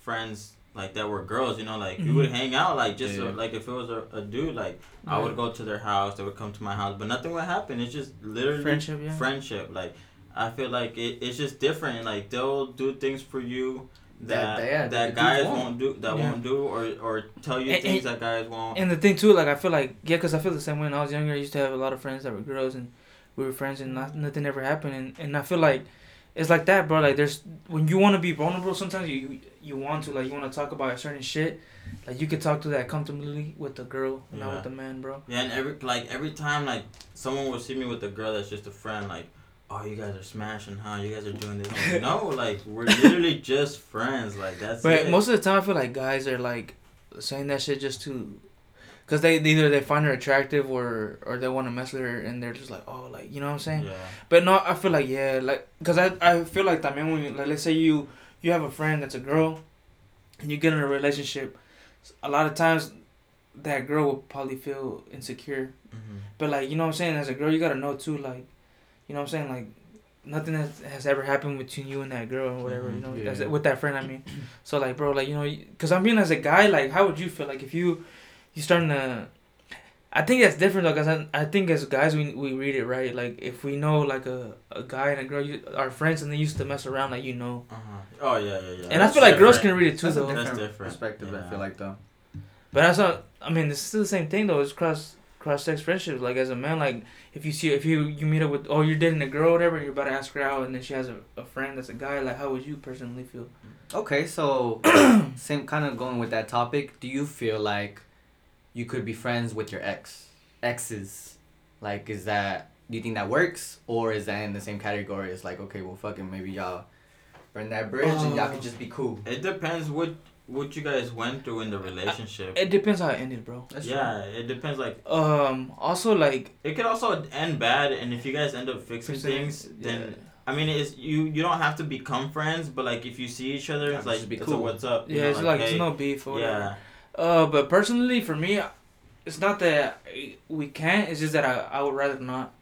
friends like that were girls. You know, like we would Mhm. hang out, like just uh, Yeah. like if it was a, a dude, like I Right. would go to their house, they would come to my house, but nothing would happen. It's just literally friendship. Yeah. friendship. Like I feel like it, it's just different. Like they'll do things for you that That- that, yeah, that the guys dudes won't. won't. do, that Yeah. won't do, or or tell you And- things that guys won't. And the thing too, like I feel like yeah, 'cause I feel the same way. When I was younger, I used to have a lot of friends that were girls, and we were friends, and not, nothing ever happened. And, and I feel like it's like that, bro. Like there's when you want to be vulnerable, sometimes you you want to like you want to talk about a certain shit, like you can talk to that comfortably with the girl, not Yeah. with the man, bro. Yeah, and every like every time like someone will see me with a girl that's just a friend, like, oh you guys are smashing, huh? You guys are doing this. I'm like, no, like we're literally just friends. Like that's But it. most of the time, I feel like guys are like saying that shit just to, cause they they either they find her attractive or or they want to mess with her, and they're just like oh like you know what I'm saying. yeah. But no, I feel like yeah, like because I, I feel like that man when you, like let's say you you have a friend that's a girl, and you get in a relationship, a lot of times that girl will probably feel insecure. Mhm. But like you know what I'm saying, as a girl you gotta know too, like you know what I'm saying, like nothing that has ever happened between you and that girl or whatever, you know, Mhm, as- yeah. with that friend I mean. So like bro, like you know, because I mean as a guy, like how would you feel like if you you starting to I think that's different though, cause I, I think as guys we we read it right. Like if we know like a, a guy and a girl you, are friends and they used to mess around, like you know. Uh-huh. Oh yeah, yeah, yeah. and I That's feel like girls can different. read it too That's a though. different That's different. perspective. I Yeah. feel like though. But that's not. I mean, it's still the same thing though. It's cross cross sex friendships. Like as a man, like if you see if you you meet up with oh you're dating a girl or whatever, and you're about to ask her out, and then she has a, a friend that's a guy. Like how would you personally feel? Okay, so same kind of going with that topic. Do you feel like you could be friends with your ex, exes? Like, is that do you think that works, or is that in the same category as like, okay, well, fucking maybe y'all burn that bridge and y'all Oh. Um, could just be cool? It depends what what you guys went through in the relationship. It depends how it ended, bro. That's yeah, it depends. Like Um. Also, like it could also end bad, and if you guys end up fixing things, then I mean, it's you. You don't have to become friends, but like if you see each other, Yeah, it's just like be it's a cool. what's up. yeah, you know, it's like, hey, it's no beef or whatever. yeah, Uh, but personally, for me, it's not that I- we can't. It's just that I, I would rather not.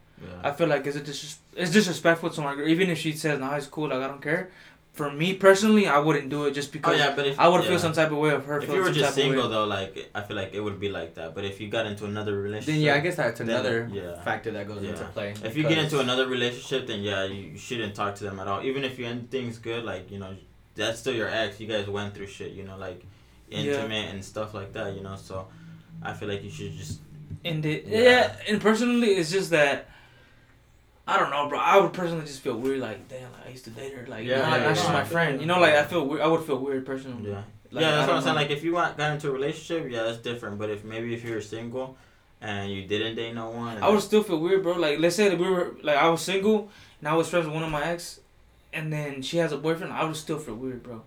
I yeah. feel like it's a dis- it's disrespectful to my girl. Even if she says, "Nah, it's cool. Like I don't care." For me personally, I wouldn't do it just Oh because yeah, but if I would yeah. feel some type of way of her. If feeling you were some just type of way. single though, like I feel like it would be like that. But if you got into another relationship, Then yeah, I guess that's Then, another yeah. factor that goes Yeah. into play. If you get because- into another relationship, then yeah, you you shouldn't talk to them at all. Even if you end things good, like you know, that's still your ex. You guys went through shit, you know, like Yeah. intimate and stuff like that, you know. So I feel like you should just And it, Yeah. yeah. and personally, it's just that I don't know, bro. I would personally just feel weird, like damn, like, I used to date her, like Yeah, yeah, yeah, she's yeah. my friend, you know, like I feel weird. I would feel weird personally. yeah. Like, yeah, I that's what don't I'm saying. know. Like if you want, got into a relationship, yeah, that's different. But if maybe if you were single and you didn't date no one, and I would still feel weird, bro. Like let's say that we were like I was single and I was friends with one of my ex, and then she has a boyfriend. I would still feel weird, bro.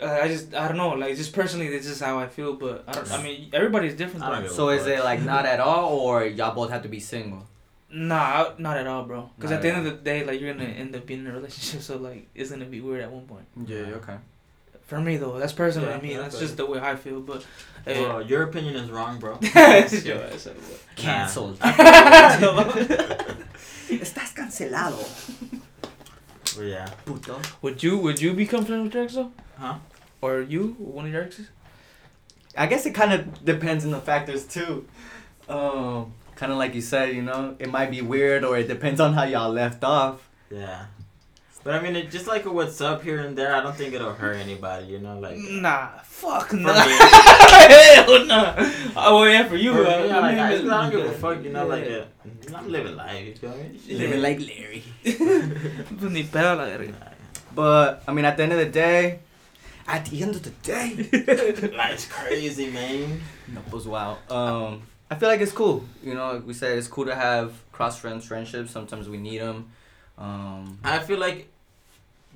Uh, I just I don't know, like just personally, this is how I feel. But I don't. I mean, everybody's different. I don't Bro. give a So is fuck. it like not at all, or y'all both have to be single? Nah, I- not at all, bro. Because Not at the at end of the day, like you're gonna end up being in a relationship, so like it's gonna be weird at one point. Yeah, Okay. For me though, that's personally Yeah, me. yeah, That's okay. just the way I feel. But uh, Bro, your opinion is wrong, bro. it's your ass, like, what? Cancelled. Estás cancelado, But yeah, puto. would you would you be confident with your ex though? huh? Or you one of your exes? I guess it kind of depends on the factors too. Um, kind of like you said, you know, it might be weird, or it depends on how y'all left off. Yeah. But I mean, it just like a what's up here and there. I don't think it'll hurt anybody, you know. Like Nah, fuck for no. me, Hell nah. Oh yeah, for you. for me, uh, yeah, like, I, you I mean- don't give a fuck, you know. Like Yeah. uh, I'm living life, you feel me? Yeah. Living like Larry. Ni pedo la verga. But I mean, at the end of the day, at the end of the day, Life's crazy, man. no, it was wild. Um, I feel like it's cool. You know, like we said it's cool to have cross friends friendships. Sometimes we need them. Um, I feel like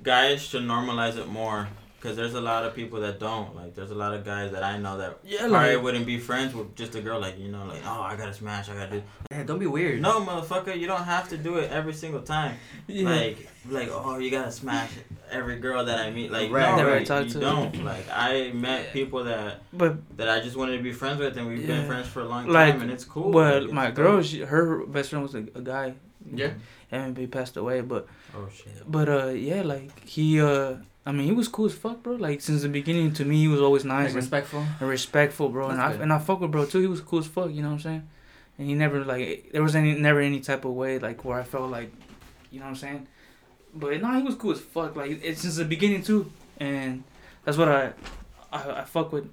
guys should normalize it more because there's a lot of people that don't. Like, there's a lot of guys that I know that Yeah, probably like, wouldn't be friends with just a girl. Like, you know, like, oh, I gotta smash, I gotta yeah, don't be do. weird. No, motherfucker, you don't have to do it every single time. yeah. Like, like, oh, you gotta smash every girl that I meet. Like, Right. no, Never like, talk you to. don't. Like, I met Yeah. people that but that I just wanted to be friends with, and we've been Yeah. friends for a long Like, time, and it's cool. well, Like, it's my dope. girl, she, her best friend was a, a guy, Yeah. and he passed away. But Oh shit. But uh, yeah, like he uh, I mean, he was cool as fuck, bro. Like since the beginning, to me, he was always nice Like, and, respectful. and respectful, bro. And That's I good. and I fuck with bro too. He was cool as fuck. You know what I'm saying? And he never like there was any never any type of way like where I felt like, you know what I'm saying? But no, he was cool as fuck. Like it, since the beginning too, and that's what I, I I fuck with,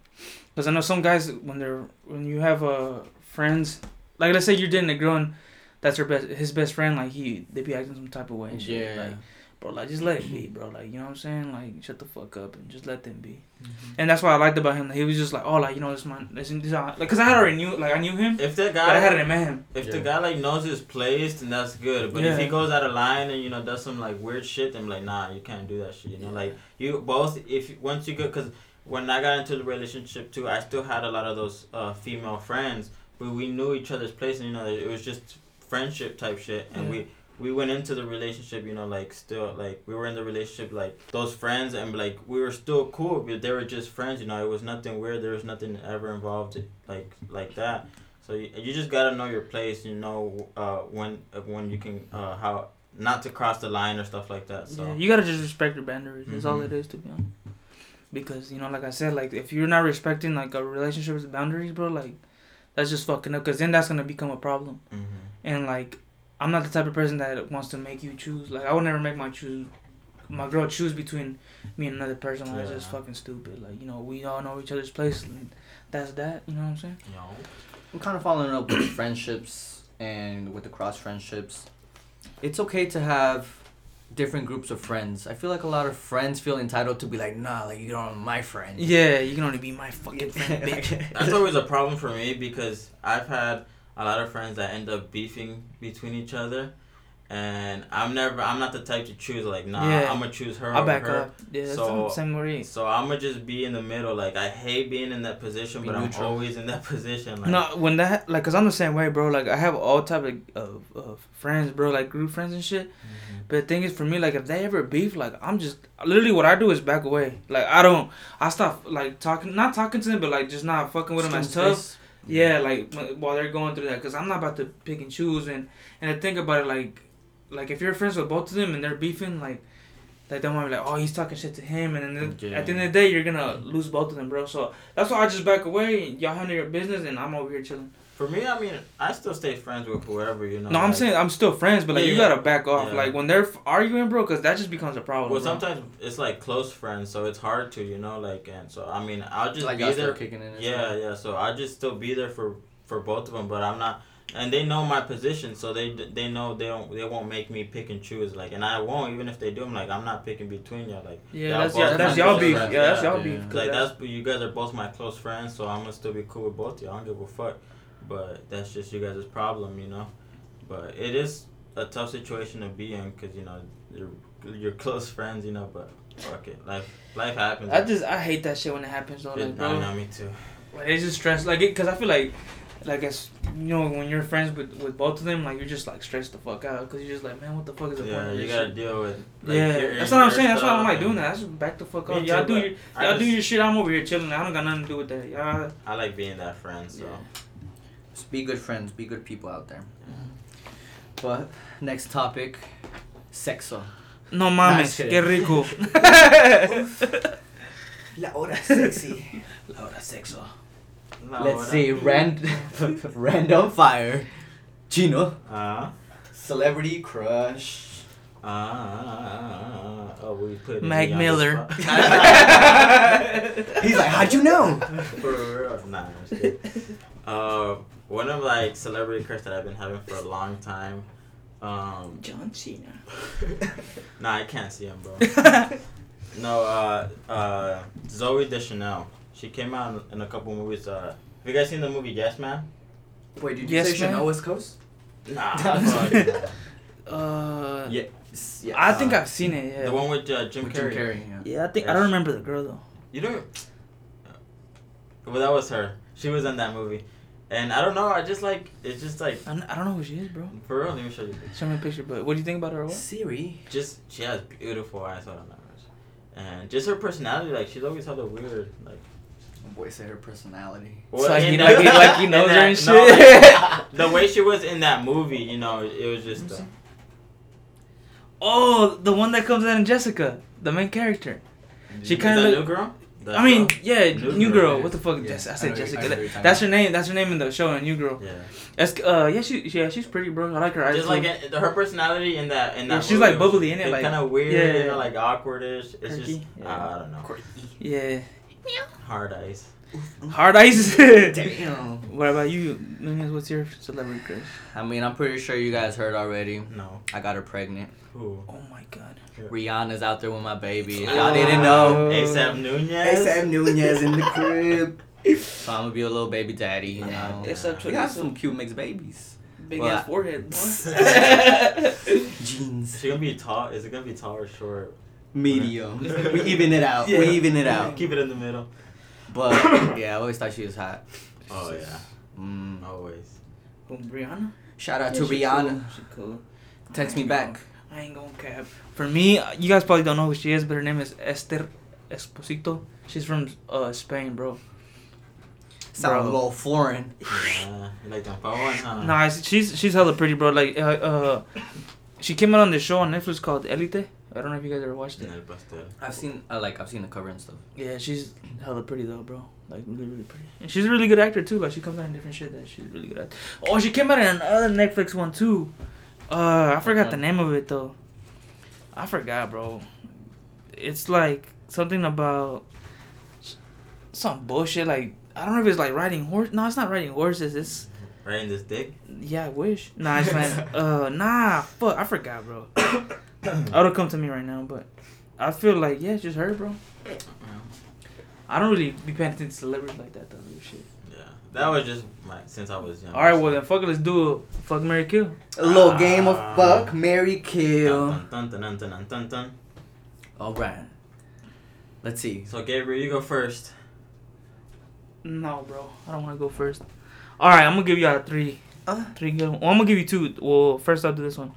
cause I know some guys when they're when you have uh friends, like let's say you're dating a girl and that's her best his best friend, like he they be acting some type of way. And shit. Like, bro, like just let it be, bro. Like you know what I'm saying? Like shut the fuck up and just let them be. Mm-hmm. And that's what I liked about him. He was just like, oh, like you know, this man, this, this like, cause I already knew, like I knew him, If that but guy I hadn't met him. If the Yeah. guy like knows his place, then that's good. But if he Yeah. goes out of line and you know does some like weird shit, then like nah, you can't do that shit. You know, like you both. If once you go, because when I got into the relationship too, I still had a lot of those uh, female friends, but we knew each other's place, and you know it was just friendship type shit, and Yeah. we. We went into the relationship, you know, like still, like we were in the relationship, like those friends, and like we were still cool, but they were just friends, you know. It was nothing weird. There was nothing ever involved, like like that. So you, you just gotta know your place. You know uh, when uh, when you can uh, how not to cross the line or stuff like that. So Yeah, you gotta just respect your boundaries. That's all Mhm. it is, to be honest. Because you know, like I said, like if you're not respecting like a relationship's boundaries, bro, like that's just fucking up. Cause then that's gonna become a problem. Mhm. And like, I'm not the type of person that wants to make you choose. Like I would never make my choose, my girl choose between me and another person. Like, That's just Yeah. fucking stupid. Like you know, we all know each other's place. And that's that. You know what I'm saying? you know. I'm kind of following up with friendships and with the cross friendships. It's okay to have different groups of friends. I feel like a lot of friends feel entitled to be like, nah, like you're not my friend. Yeah, you can only be my fucking friend, bitch. That's always a problem for me because I've had a lot of friends that end up beefing between each other, and I'm never I'm not the type to choose like nah Yeah. I'm gonna choose her I over back her. up. Yeah, that's So- the same way. So I'm gonna just be in the middle. Like I hate being in that position, Be but neutral. I'm always in that position. Like, No, when that like, cause I'm the same way, bro. Like I have all type of, of, of friends, bro. Like group friends and shit. Mm-hmm. But the thing is, for me, like if they ever beef, like I'm just literally what I do is back away. Like I don't, I stop like talking, not talking to them, but like just not fucking with them as tough. Yeah, like wh- while they're going through that, cause I'm not about to pick and choose. And and I think about it, like like if you're friends with both of them and they're beefing, like like they want to be like, oh, he's talking shit to him, and then Yeah. at the end of the day, you're gonna lose both of them, bro. So that's why I just back away. Y'all handle your business, and I'm over here chilling. For me, I mean, I still stay friends with whoever you know. No, I'm like- saying I'm still friends, but like you Yeah. gotta back off. Yeah. Like when they're f- arguing, bro, cause that just becomes a problem. Well, bro. sometimes it's like close friends, so it's hard to you know like and so I mean I'll just like be y'all there. still kicking in. and Yeah, yeah. So I just still be there for for both of them, but I'm not. And they know my position, so they they know they don't they won't make me pick and choose like, and I won't even if they do. I'm like I'm not picking between y'all like. yeah, y'all that's both y'all, my that's close y'all beef. Yeah, friends. that's Yeah. y'all Yeah. beef. 'cause Like that's- that's but you guys are both my close friends, so I'm gonna still be cool with both of you. I don't give a fuck, but that's just you guys' problem, you know. But it is a tough situation to be in because you know you're, you're close friends, you know. But fuck it, life life happens. I just I hate that shit when it happens though. It- Like, bro, I know me too. Like, it's just stress, like it, cause I feel like, like it's you know when you're friends with with both of them, like you're just like stressed the fuck out, cause you're just like, man, what the fuck is the point Yeah, of you this gotta shit? deal with. yeah, that's what I'm saying. That's why I don't am like doing that. That's just back the fuck Me up. too, Y'all do but your, I y'all do just- your shit. I'm over here chilling. I don't got nothing to do with that. Y'all, I like being that friend, so Yeah. shit. Just be good friends. Be good people out there. But next topic, sexo. no Nice mames, shit. que rico. La hora sexy. La hora sexo. Let's see. Rand- random fire. Gino. Uh, Celebrity crush. uh, uh, uh, oh, we put Mac me on the Miller. spot. He's like, how'd you know? For real? Nah, I'm just kidding. Uh, one of like celebrity crush that I've been having for a long time. Um, John Cena. nah, I can't see him, bro. No, uh, uh, Zoe Deschanel. She came out in a couple movies. Uh, have you guys seen the movie Yes Man? Wait, did you Yes, say Chanel ma'am. West Coast? Nah. I'm fuck sorry. no. uh, Yeah, S- Yes. I think uh, I've seen it. Yeah, The one with uh, Jim, With Carrey. yeah. yeah, I think I don't remember the girl though. You don't. Well, that was her. She was in that movie, and I don't know. I just like it's just like I don't, I don't know who she is, bro. for real. Let me show you. Show me a picture. But what do you think about her? or What? Siri. just she has beautiful eyes. I don't know, and just her personality. Like she's always had a weird like. My boy said her personality. So like he, in like, he, that- like he in knows her that- and no, shit. like, the way she was in that movie, you know, it was just. Uh, Oh, the one that comes out in Jessica, the main character. She is kinda that look- new girl. That I mean, girl? yeah, New new, Girl, girl. yeah. What the fuck? Yeah, Jess- I I know said who- I Jessica. know who you're That- talking that's her name. That's her name in the show, New Girl. yeah. That's uh, yeah, she yeah, she's pretty, bro. I like her eyes. Just too. like it, her personality in that in that. Yeah, she's, like, movie was bubbly, innit? Like- kind of weird, yeah, you yeah. know, like awkwardish. It's just Quirky, yeah. uh, I don't know. yeah, Hard eyes. hard eyes. Damn. what about you? Nunez, What's your celebrity crush? I mean, I'm pretty sure you guys heard already. No. I got her pregnant. Who? Oh my god. Rihanna's out there with my baby. If Oh. y'all Uh, didn't know. ASAP Nunez. ASAP Nunez in the crib. So I'm gonna be a little baby daddy, you know. It's up We got some cute mixed babies. big Well, ass forehead. boy. Is Jeans. she gonna be tall? Is it gonna be tall or short? Medium. we even it out. We Yeah. even it out. Keep it in the middle. But yeah, I always thought she was hot. Oh yeah, Mm. always. From Rihanna. Shout out Yeah, to she Rihanna. cool, She cool. Text me back. I ain't gonna cap. For me, you guys probably don't know who she is, but her name is Esther Esposito. She's from uh, Spain, bro. Sound a Bro. little foreign. Yeah, you like them fun ones, huh? Nah, it's- she's she's hella pretty, bro. Like, uh, uh, she came out on this show on Netflix called Elite. I don't know if you guys ever watched In it. El pastel. I've seen, uh, like, I've seen the cover and stuff. Yeah, she's hella pretty though, bro. Like really, really pretty. And she's a really good actor too. Like she comes out in different shit that she's really good at. Oh, she came out in another Netflix one too. Uh, I forgot the one? name of it though. I forgot, bro. It's like something about s- some bullshit. Like I don't know if it's like riding horse. No, it's not riding horses. It's Right in this dick. yeah, I wish. Nah, it's like uh, nah, fuck, I forgot, bro. It'll Oh, come to me right now, but I feel like yeah, it's just her, bro. I don't really be paying attention to celebrities like that though. real Shit. Yeah. That was just my since I was young. All right, well then, fuck Oh, it. Let's do a fuck Mary Kill. A little game of Ah. fuck, Mary kill. Dun, dun, dun, dun, dun, dun, dun, dun. All right. Let's see. So Gabriel, you go first. No, bro, I don't want to go first. All right, I'm gonna give you out of three, Uh. three good. Well, I'm gonna give you two. Well, first I'll do this one.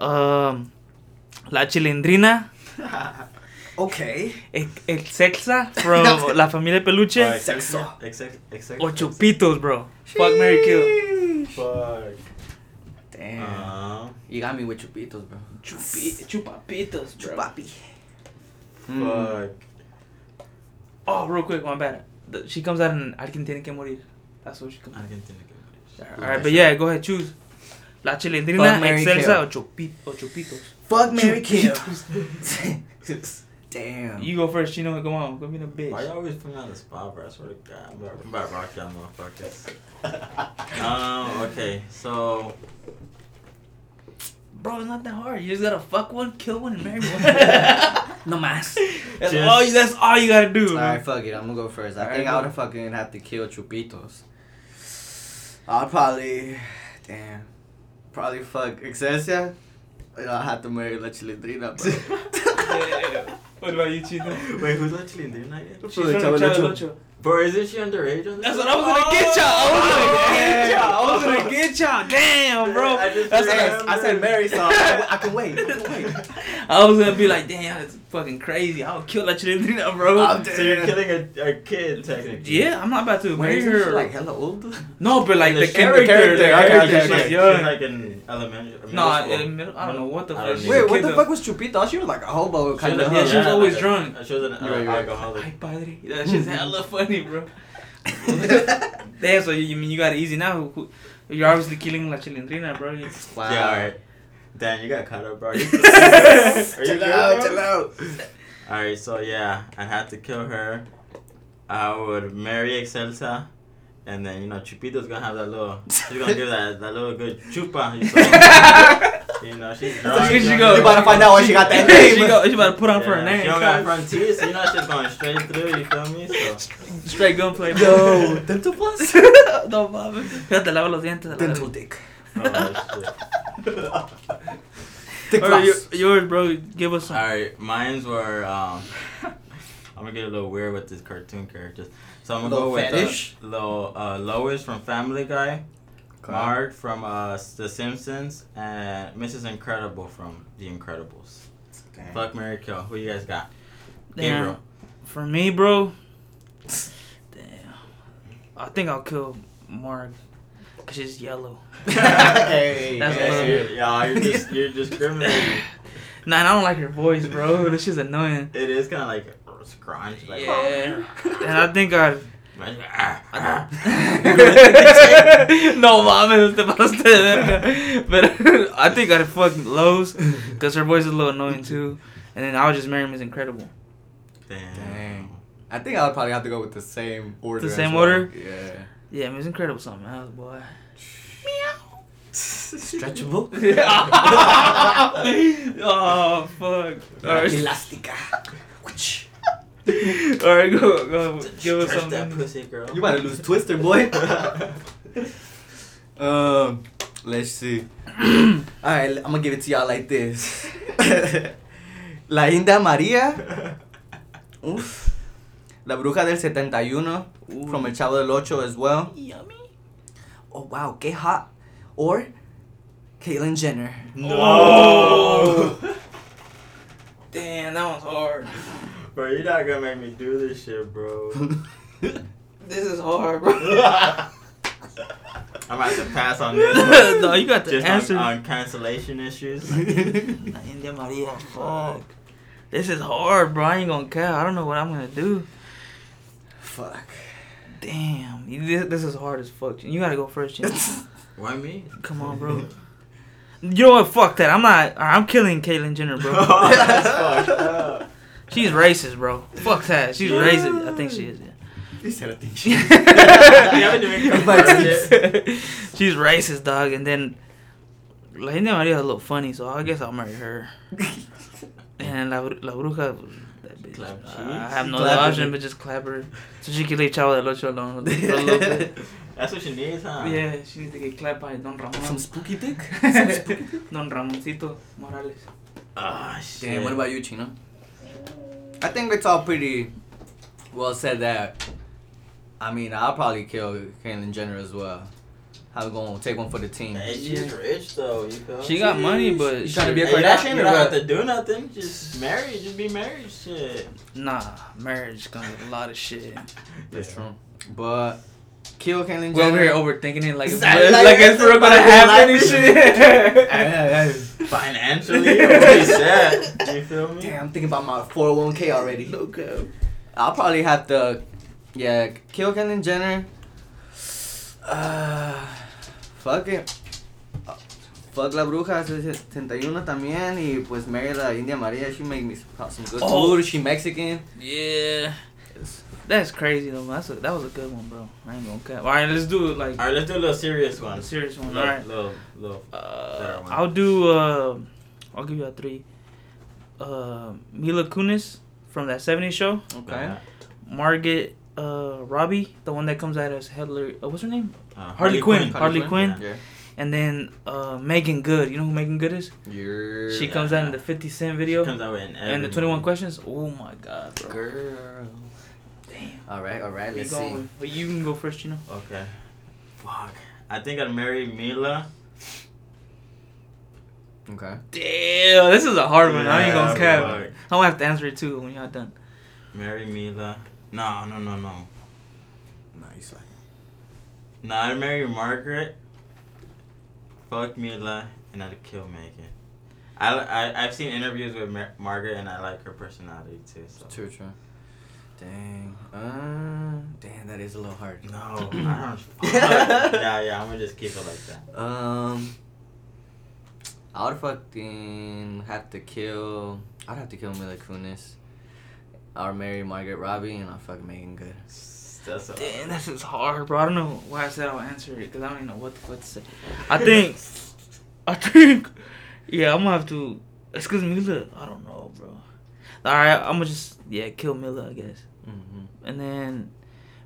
Um, La Chilindrina, Okay. El, el Sexa from La Familia Peluche, Alright, Sexo. ex- ex- ex- ex- or Chupitos, bro. Fuck Mary Kill. Sheesh. Fuck. Damn. Um, you got me with chupitos, bro. Chupi, chupapitos, bro. Chupapi. Mm. Hmm. fuck. Oh, real quick, my bad. The- She comes out in Alguien tiene que morir. That's what she comes. I out. can think of it. All right, but yeah, go ahead, choose. La Chilindrina, Fuck, Mary, el Sexa, kill. or, chupi, or Chupitos. Fuck, Mary kill. You Damn. go first, Chino. Come on, go be the bitch. Why you always put me on the spot, bro? I swear to God, I'm about, I'm about to rock y'all motherfuckers. um, okay, so Bro, it's not that hard. You just gotta fuck one, kill one, and marry one. No mas. that's Just- all. You, that's all you gotta do. Alright, fuck it. I'm gonna go first. I Alright, think go. I would fucking have to kill Chupitos. I'll probably. Damn. Probably fuck Excelsia. And I'll have to marry La Chilindrina, bro. What about you, Chino? wait, who's actually in there not yet? She's She's from from Chavo Chavo Locho. Bro, isn't she underage? On this That's show? what I was gonna get y'all. I was gonna get y'all. I was gonna get y'all. Damn, bro. I just That's what I, remembered. I said marry, so I can, I can wait. I can wait. I was gonna be like, damn, that's fucking crazy. I'll kill that Chilindrina, bro. I'm So you're killing a, a kid, technically. yeah, I'm not about to Wait, marry isn't she, her. like hella old? no, but like In the, sh- character, in the character, okay, character, okay, she's She's, okay. young. like in elementary. middle no, school. in middle, I don't know what the I fuck. don't she either. Wait, was what the kid, fuck was Chupito? She was like a hobo She kind was of. yeah, she was like always a- drunk. She was an uh, You're right, you're right. though. alcoholic. Ay, padre. That shit's hella funny, bro. Damn, so you, you mean you got it easy now? Who- who- You're obviously killing La Chilindrina, bro. You- Wow. Yeah, alright. Dan, you got cut up, bro. Are you Are you chill good, out, bro? chill out. Alright, so yeah, I'd have to kill her. I would marry Excelsa. And then, you know, Chupito's gonna have that little. She's gonna give that, that little good chupa. You know, she's drunk. Here she drunk. goes. You about to find out why she got that name. she, go, she about to put on Yeah, for her She don't got name. front teeth, so you know she's going straight through, you feel me? So, Straight gunplay. Yo, bro. dental plus? no mames. Fíjate, lava los dientes. a la dental verga. dick. oh, shit. Dick All right, plus. your- yours, bro. Give us some. Alright, mine's were. Um, I'm gonna get a little weird with these cartoon characters. So I'm gonna Little go with fetish? uh, Lo, uh, Lois from Family Guy, Mark from uh, The Simpsons, and Mrs. Incredible from The Incredibles. Damn. Fuck Mary Kill. Who you guys got? Damn. For me, bro. Damn. I think I'll kill Mark. Cause she's yellow. hey, That's hey. love. Gabriel. you yeah, you're just you're discriminating. Nah, and I don't like her voice, bro. She's annoying. It is kind of like a scrunch. Like, Yeah. And I think I. Imagine, ah, ah. no mames, te pasaste de verga. But I think I'd fuck Lowe's because her voice is a little annoying too. And then I'll just marry him is incredible. Damn. Dang. I think I would probably have to go with the same order. The as same well. order? Yeah. Yeah, Miss Incredible something else, boy. Stretchable. oh fuck. Alright, Elastica. Which? alright, go, go, give us Stretch that something. pussy, girl. You about to lose Twister, boy. um, let's see. All right, I'm gonna give it to y'all like this. La Inda María, uf. La Bruja del 71 from El Chavo del Ocho as well. Yummy. Oh wow, qué hot. Or Caitlyn Jenner. No. Damn, that one's hard. Bro, you're not gonna make me do this shit, bro. This is hard, bro. I'm about to pass on this. one. no, you got the Just answer. on, on cancellation issues. India Maria, fuck. Oh. This is hard, bro. I ain't gonna care. I don't know what I'm gonna do. Fuck. Damn, you- this, this is hard as fuck. You gotta go first, Jim. Why me? Come on, bro. You know what? Fuck that. I'm not. I'm killing Caitlyn Jenner, bro. Oh, that's fucked up. She's racist, bro. Fuck that. She's racist. I think she is. He said a thing. You haven't even My confirmed teeth. it. She's racist, dog. And then, like, India Maria's a little funny, so I guess I'll marry her. And La, Bru- La Bruja, that bitch. Clap I- I cheeks? have no Clap option it. but just clap her, so she can leave Chavo del Ocho alone for a little bit. That's what she needs, huh? Yeah, she needs to get clapped by Don Ramon. Some spooky dick. Don Ramoncito Morales. Ah, shit. Damn. What about you, Chino? I think it's all pretty well said. That I mean, I'll probably kill Caitlyn Jenner as well. I'm gonna take one for the team. Hey, she's rich though. You feel? She got money, You but tryna be a Hey, that shit Kardashian or don't have what? to do nothing. Just marry. Just be married. Shit. nah, marriage comes with a lot of shit. That's true. But kill Caitlyn Jenner. We're over here overthinking it, like it's, Exactly, like, like it's it's real gonna about to happen and happen. shit. Hey, hey, hey. Financially, you're really set. You feel me? Damn, I'm thinking about my 401k already. Okay. I'll probably have to, yeah, kill Kendall Jenner. Uh, fuck it. Fuck la bruja 71 también y pues marry la India Maria. She make me some some good Oh. food. She Mexican. Yeah. That's crazy though. man. That's a, that was a good one, bro. I ain't gonna cap. All right, let's do it like All right, let's do a little serious a one. serious one. Little, All right. little, little. Uh, Better one. I'll do. Uh, I'll give you a three. Uh, Mila Kunis from that '70s show. Okay. Margaret uh, Robbie, the one that comes out as Hitler. Uh, what's her name? Uh, Harley Quinn. Harley Harley Quinn. Yeah. And then uh, Megan Good. You know who Megan Good is? You're She comes out in the 50 Cent She video. comes out with an And the 21 questions. Oh my God, bro. girl. Damn. All right, all right. Where you Let's going see. with- But you can go first, you know. Okay. Fuck. I think I'd marry Mila. Okay. Damn, this is a hard one. I ain't Yeah, gonna cap. fuck. I'm gonna have to answer it too when y'all done. Marry Mila. No, no, no, no. Nice. No, I'd marry Margaret. Fuck Mila, and I'd kill Megan. I, I, I've seen interviews with Mar- Margaret, and I like her personality too. So. True, true. Dang. Uh, damn, that is a little hard. No, I don't. fuck. yeah, yeah, I'm gonna just keep it like that. Um, I would fucking have to kill. I'd have to kill Mila Kunis, or marry Margaret Robbie, and I'll fuck Megan Good. That's a, Damn, this is hard, bro. I don't know why I said I'll answer it because I don't even know what what to say. I think, I think, yeah, I'm gonna have to. Excuse me, Mila. I don't know, bro. All right, I'm gonna just yeah kill Mila, I guess, Mm-hmm. and then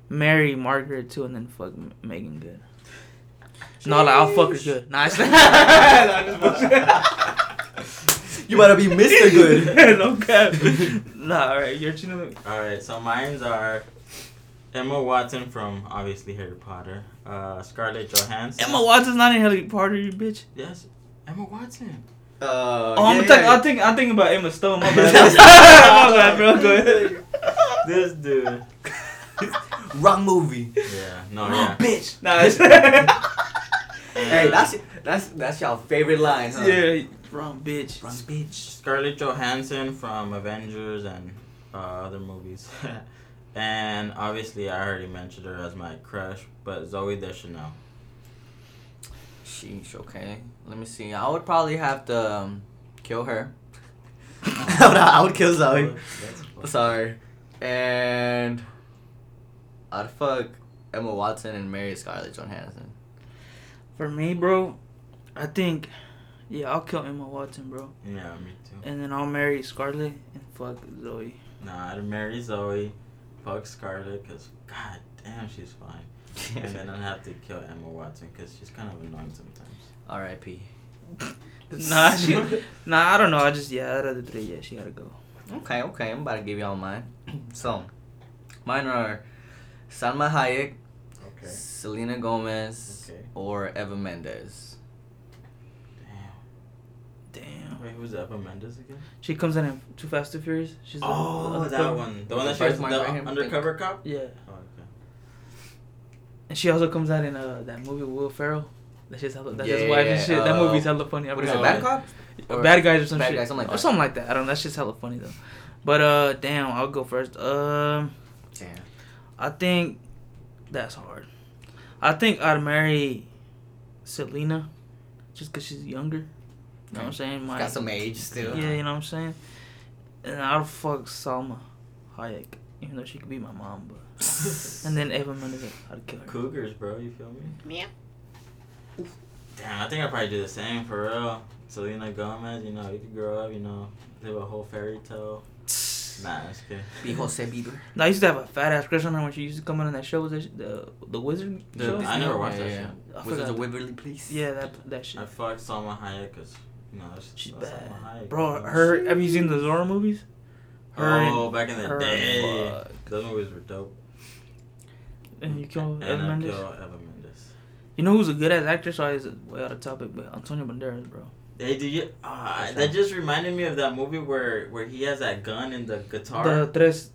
marry Margaret too, and then fuck M- Megan Good. No, like I'll fuck her good. Nice. You better be Mr. Good. no cap. Nah, all right, you're chilling. All right, so mine's are Emma Watson from obviously Harry Potter, uh, Scarlett Johansson. Emma Watson's not in Harry Potter, you bitch. Yes, Emma Watson. Uh, Oh, I'm yeah, talking. yeah. I'm thinking. I'm thinking about Emma Stone. My bad. my bad, bro. Go ahead. This dude. Wrong movie. Yeah. No. Oh, Yeah. bitch. Nah. It's Hey, that's that's that's y'all favorite line, huh? yeah. Wrong bitch. Wrong bitch. Scarlett Johansson from Avengers and uh, other movies. and obviously, I already mentioned her as my crush, but Zoe Deschanel. Sheesh. Okay. Let me see. I would probably have to um, kill her. I would- I would kill Zoe. That's- Sorry. And I'd fuck Emma Watson and marry Scarlett Johansson. For me, bro, I think, yeah, I'll kill Emma Watson, bro, Yeah, me too. and then I'll marry Scarlett and fuck Zoe. Nah, I'd marry Zoe, fuck Scarlett, cause god damn, she's fine. and then I'd have to kill Emma Watson because she's kind of annoying sometimes. R.I.P. Nah, she, nah, I don't know. I just yeah, out of the three, yeah, she gotta go. Okay, okay. I'm about to give y'all mine. so, mine are Salma Hayek, Selena Gomez, Okay. or Eva Mendes. Damn. Damn. Wait, who's Eva Mendes again? She comes in in Too Fast Too Furious. She's the- Oh, the- that one. The one that she was the Birthmark right here. undercover cop? Yeah, Oh, okay. and she also comes out in uh that movie with Will Ferrell. That's his, that's his Yeah, wife yeah, and shit. that uh, movie's hella funny. I What is forgot Oh, it, Bad about Cop? Or Or- bad guys or some Bad shit. Guys, something like or that. something like that. I don't know. That's just hella funny though. But uh, damn, I'll go first. Um, Damn. I think that's hard. I think I'd marry Selena, just cause she's younger. You know what I'm saying? Got some age still. Yeah, you know what I'm saying. And I'll fuck Salma Hayek, even though she could be my mom. But and then Eva Mendes, I'd kill her. Cougars, bro. You feel me? Yeah. Damn, I think I probably do the same for real. Selena Gomez, you know, you could grow up, you know, live a whole fairy tale. Nah, that's good. Be Jose Bieber. No, I used to have a fat ass crush on her when she used to come on that show. Was that sh- the the Wizard The- show? the- I never watched Yeah, that Oh, yeah, shit. I Wizards forgot. of Waverly Place. Yeah, that that shit. I fucked Salma Hayek because, you know, that's, She's that's bad. Salma Hayek. Bro, you know. her. Have you seen the Zorro movies? Her oh, back in the her- day. fuck. Those movies were dope. and you kill And Ed I Mendes. kill Eva Mendes. You know who's a good ass actor? Sorry, it's way out of topic, but Antonio Banderas, bro. Hey, do you? Uh, What's that that? just reminded me of that movie where where he has that gun and the guitar. The tres.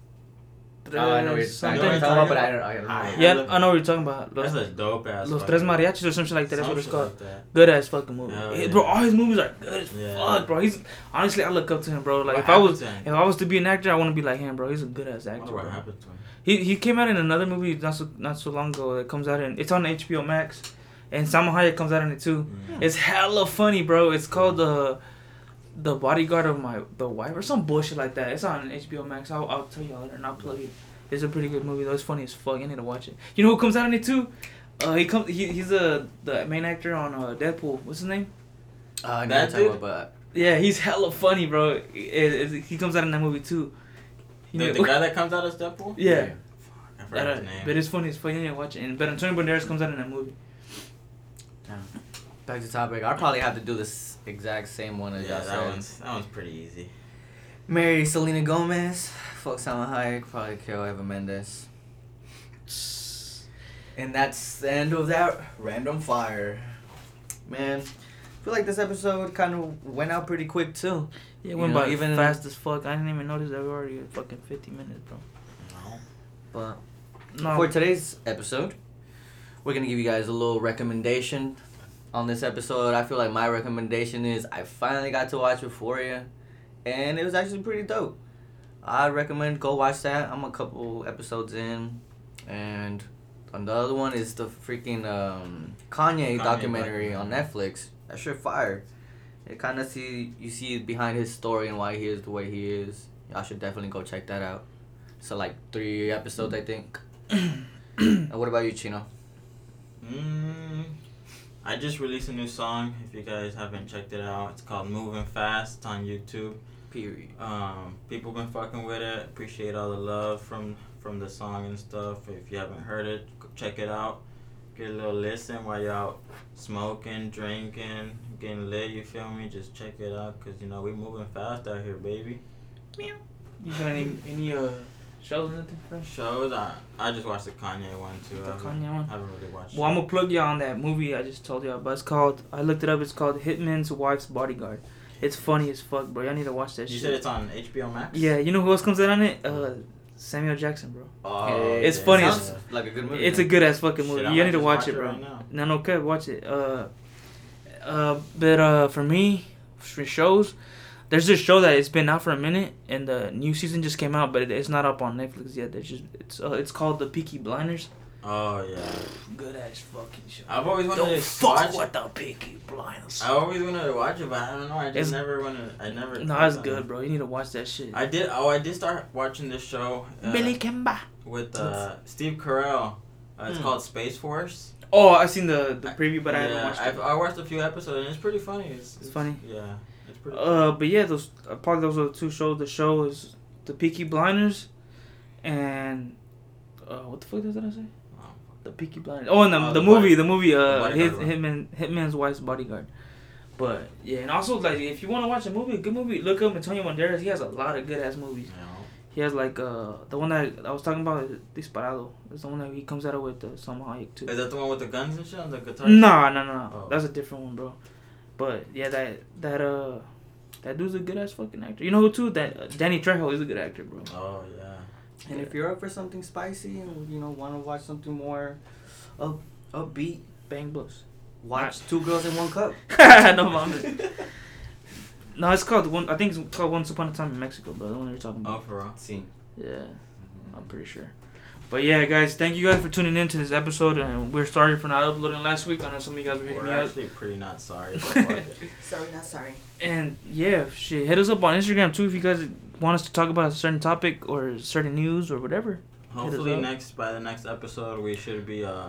Oh, I know what you're tres talking I know something. what about, but I don't, I don't I- know. Yeah, love I know what you're talking about. That's Los, a dope ass. Los Tres Mariachis or something like that. That's what it's called. Like that. Good ass fucking movie. Oh, Eh, yeah. Bro, all his movies are good as Yeah. fuck, bro. He's honestly, I look up to him, bro. Like What if I was, happened to him? if I was to be an actor, I want to be like him, bro. He's a good ass I actor, wonder what bro. happened to him. He he came out in another movie not so not so long ago that comes out in it's on HBO Max, and Salma Hayek comes out in it too. Mm. It's hella funny, bro. It's called the the bodyguard of my the wife or some bullshit like that. It's on HBO Max. I'll, I'll tell y'all later and I'll plug it. It's a pretty good movie though. It's funny as fuck. I need to watch it. You know who comes out in it too? Uh, he comes. He, he's uh, the main actor on uh, Deadpool. What's his name? Uh, I know That what you're talking dude? about, Yeah, he's hella funny, bro. It- it- he comes out in that movie too. You The, know- the guy that comes out of Deadpool. but- yeah, I I forgot don't- his name. but it's funny. It's funny. You need to watch it. And but Antonio Banderas comes out in that movie. Back to topic. I probably have to do this exact same one as yeah, y'all that said. one's that one's pretty easy. Marry Selena Gomez. Fuck Salma Hayek. Probably kill Eva Mendes. And that's the end of that random fire. Man, I feel like this episode kind of went out pretty quick too. Yeah, You it went know, by even- even fast as fuck. I didn't even notice that we already at fucking fifty minutes, bro. But No, for today's episode, we're gonna give you guys a little recommendation on this episode. I feel like my recommendation is I finally got to watch Euphoria, and it was actually pretty dope. I recommend go watch that. I'm a couple episodes in, and on the other one is the freaking um, Kanye, Kanye documentary documentary. on Netflix. That shit fire. It kind of see you see behind his story and why he is the way he is. Y'all should definitely go check that out. So like three episodes, I think. and what about you, Chino? Mm, I just released a new song. If you guys haven't checked it out, it's called "Moving Fast" It's on YouTube. Period. Um, people been fucking with it. Appreciate all the love from from the song and stuff. If you haven't heard it, go check it out. Get a little listen while y'all smoking, drinking, getting lit. You feel me? Just check it out, cause you know we moving fast out here, baby. you got any any uh shows or nothing, bro? Shows. I I just watched the Kanye one too. The I haven't- Kanye one? haven't really watched. Well, I'm it. gonna plug y'all on that movie I just told y'all about. It's called I looked it up. It's called Hitman's Wife's Bodyguard. It's funny as fuck, bro. Y'all need to watch that You shit. said it's on HBO Max. yeah, you know who else comes out on it? Uh, Samuel Jackson, bro. Oh, It's okay. funny as- Sounds like a good movie. It's a then. good ass fucking movie. Shit, I you might need to just watch, it, bro. Right now. No, no, okay, watch it. Uh, uh, but uh, for me, for shows, there's this show that it's been out for a minute, and the new season just came out, but it, it's not up on Netflix yet. There's just it's uh, it's called The Peaky Blinders. Oh yeah. Good ass fucking show. I've always wanted Don't to fuck watch. with the Peaky Blinders. I always wanted to watch it, but I don't know. I just It's- never wanted. I never. No, it's good, bro. You need to watch that shit. I did. Oh, I did start watching this show uh, Billy Kimba. with uh, Steve Carell. Uh, it's Hmm. called Space Force. Oh, I seen the the preview, but I haven't Yeah, watched I've- it. I watched a few episodes, and it's pretty funny. It's, funny? Yeah, it's pretty. Uh, but yeah, those uh, probably those are the two shows. The show is the Peaky Blinders, and uh, what the fuck did I say? Wow. The Peaky Blinders. Oh, and the, Oh, the, the movie, body- the movie, uh, the his, bodyguard Hitman, Hitman's wife's bodyguard. But yeah, and also like if you want to watch a movie, a good movie, look up Antonio Banderas. He has a lot of good ass movies. You know, He has like uh the one that I was talking about, is Disparado. It's the one that he comes out with uh, Salma Hayek too. is that the one with the guns and shit on the guitar? No, no, no. Oh. That's a different one, bro. But yeah, that that uh that dude's a good ass fucking actor. You know who too? That uh, Danny Trejo is a good actor, bro. Oh yeah. And if you're up for something spicy and you know want to watch something more up upbeat, Bang blows. watch Two Girls in One Cup. no mames. No, it's called one. I think it's called Once Upon a Time in Mexico, bro. The one you're talking Oh about. for real. See. Yeah, I'm pretty sure. But yeah, guys, thank you guys for tuning in to this episode, and we're sorry for not uploading last week. I know some of you guys were hitting We're me up. actually pretty not sorry. But fuck it. Sorry, not sorry. And yeah, shit, hit us up on Instagram too if you guys want us to talk about a certain topic or certain news or whatever. Hopefully up. next by the next episode we should be uh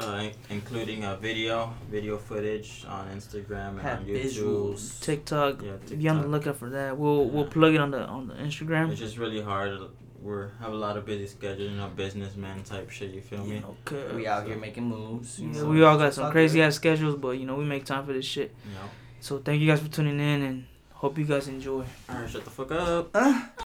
uh, in- including a video, video footage on Instagram and Have on YouTube. visuals. TikTok. Yeah, Be on the TikTok. lookout for that. We'll we'll Yeah. plug it on the on the Instagram. It's just really hard. We have a lot of busy schedules, you know, businessman type shit. You feel me? You know, 'cause- We out here making moves. you Yeah, know, we all got it's some all crazy good. ass schedules, but you know we make time for this shit. You know. So thank you guys for tuning in, and hope you guys enjoy. All right, shut the fuck up.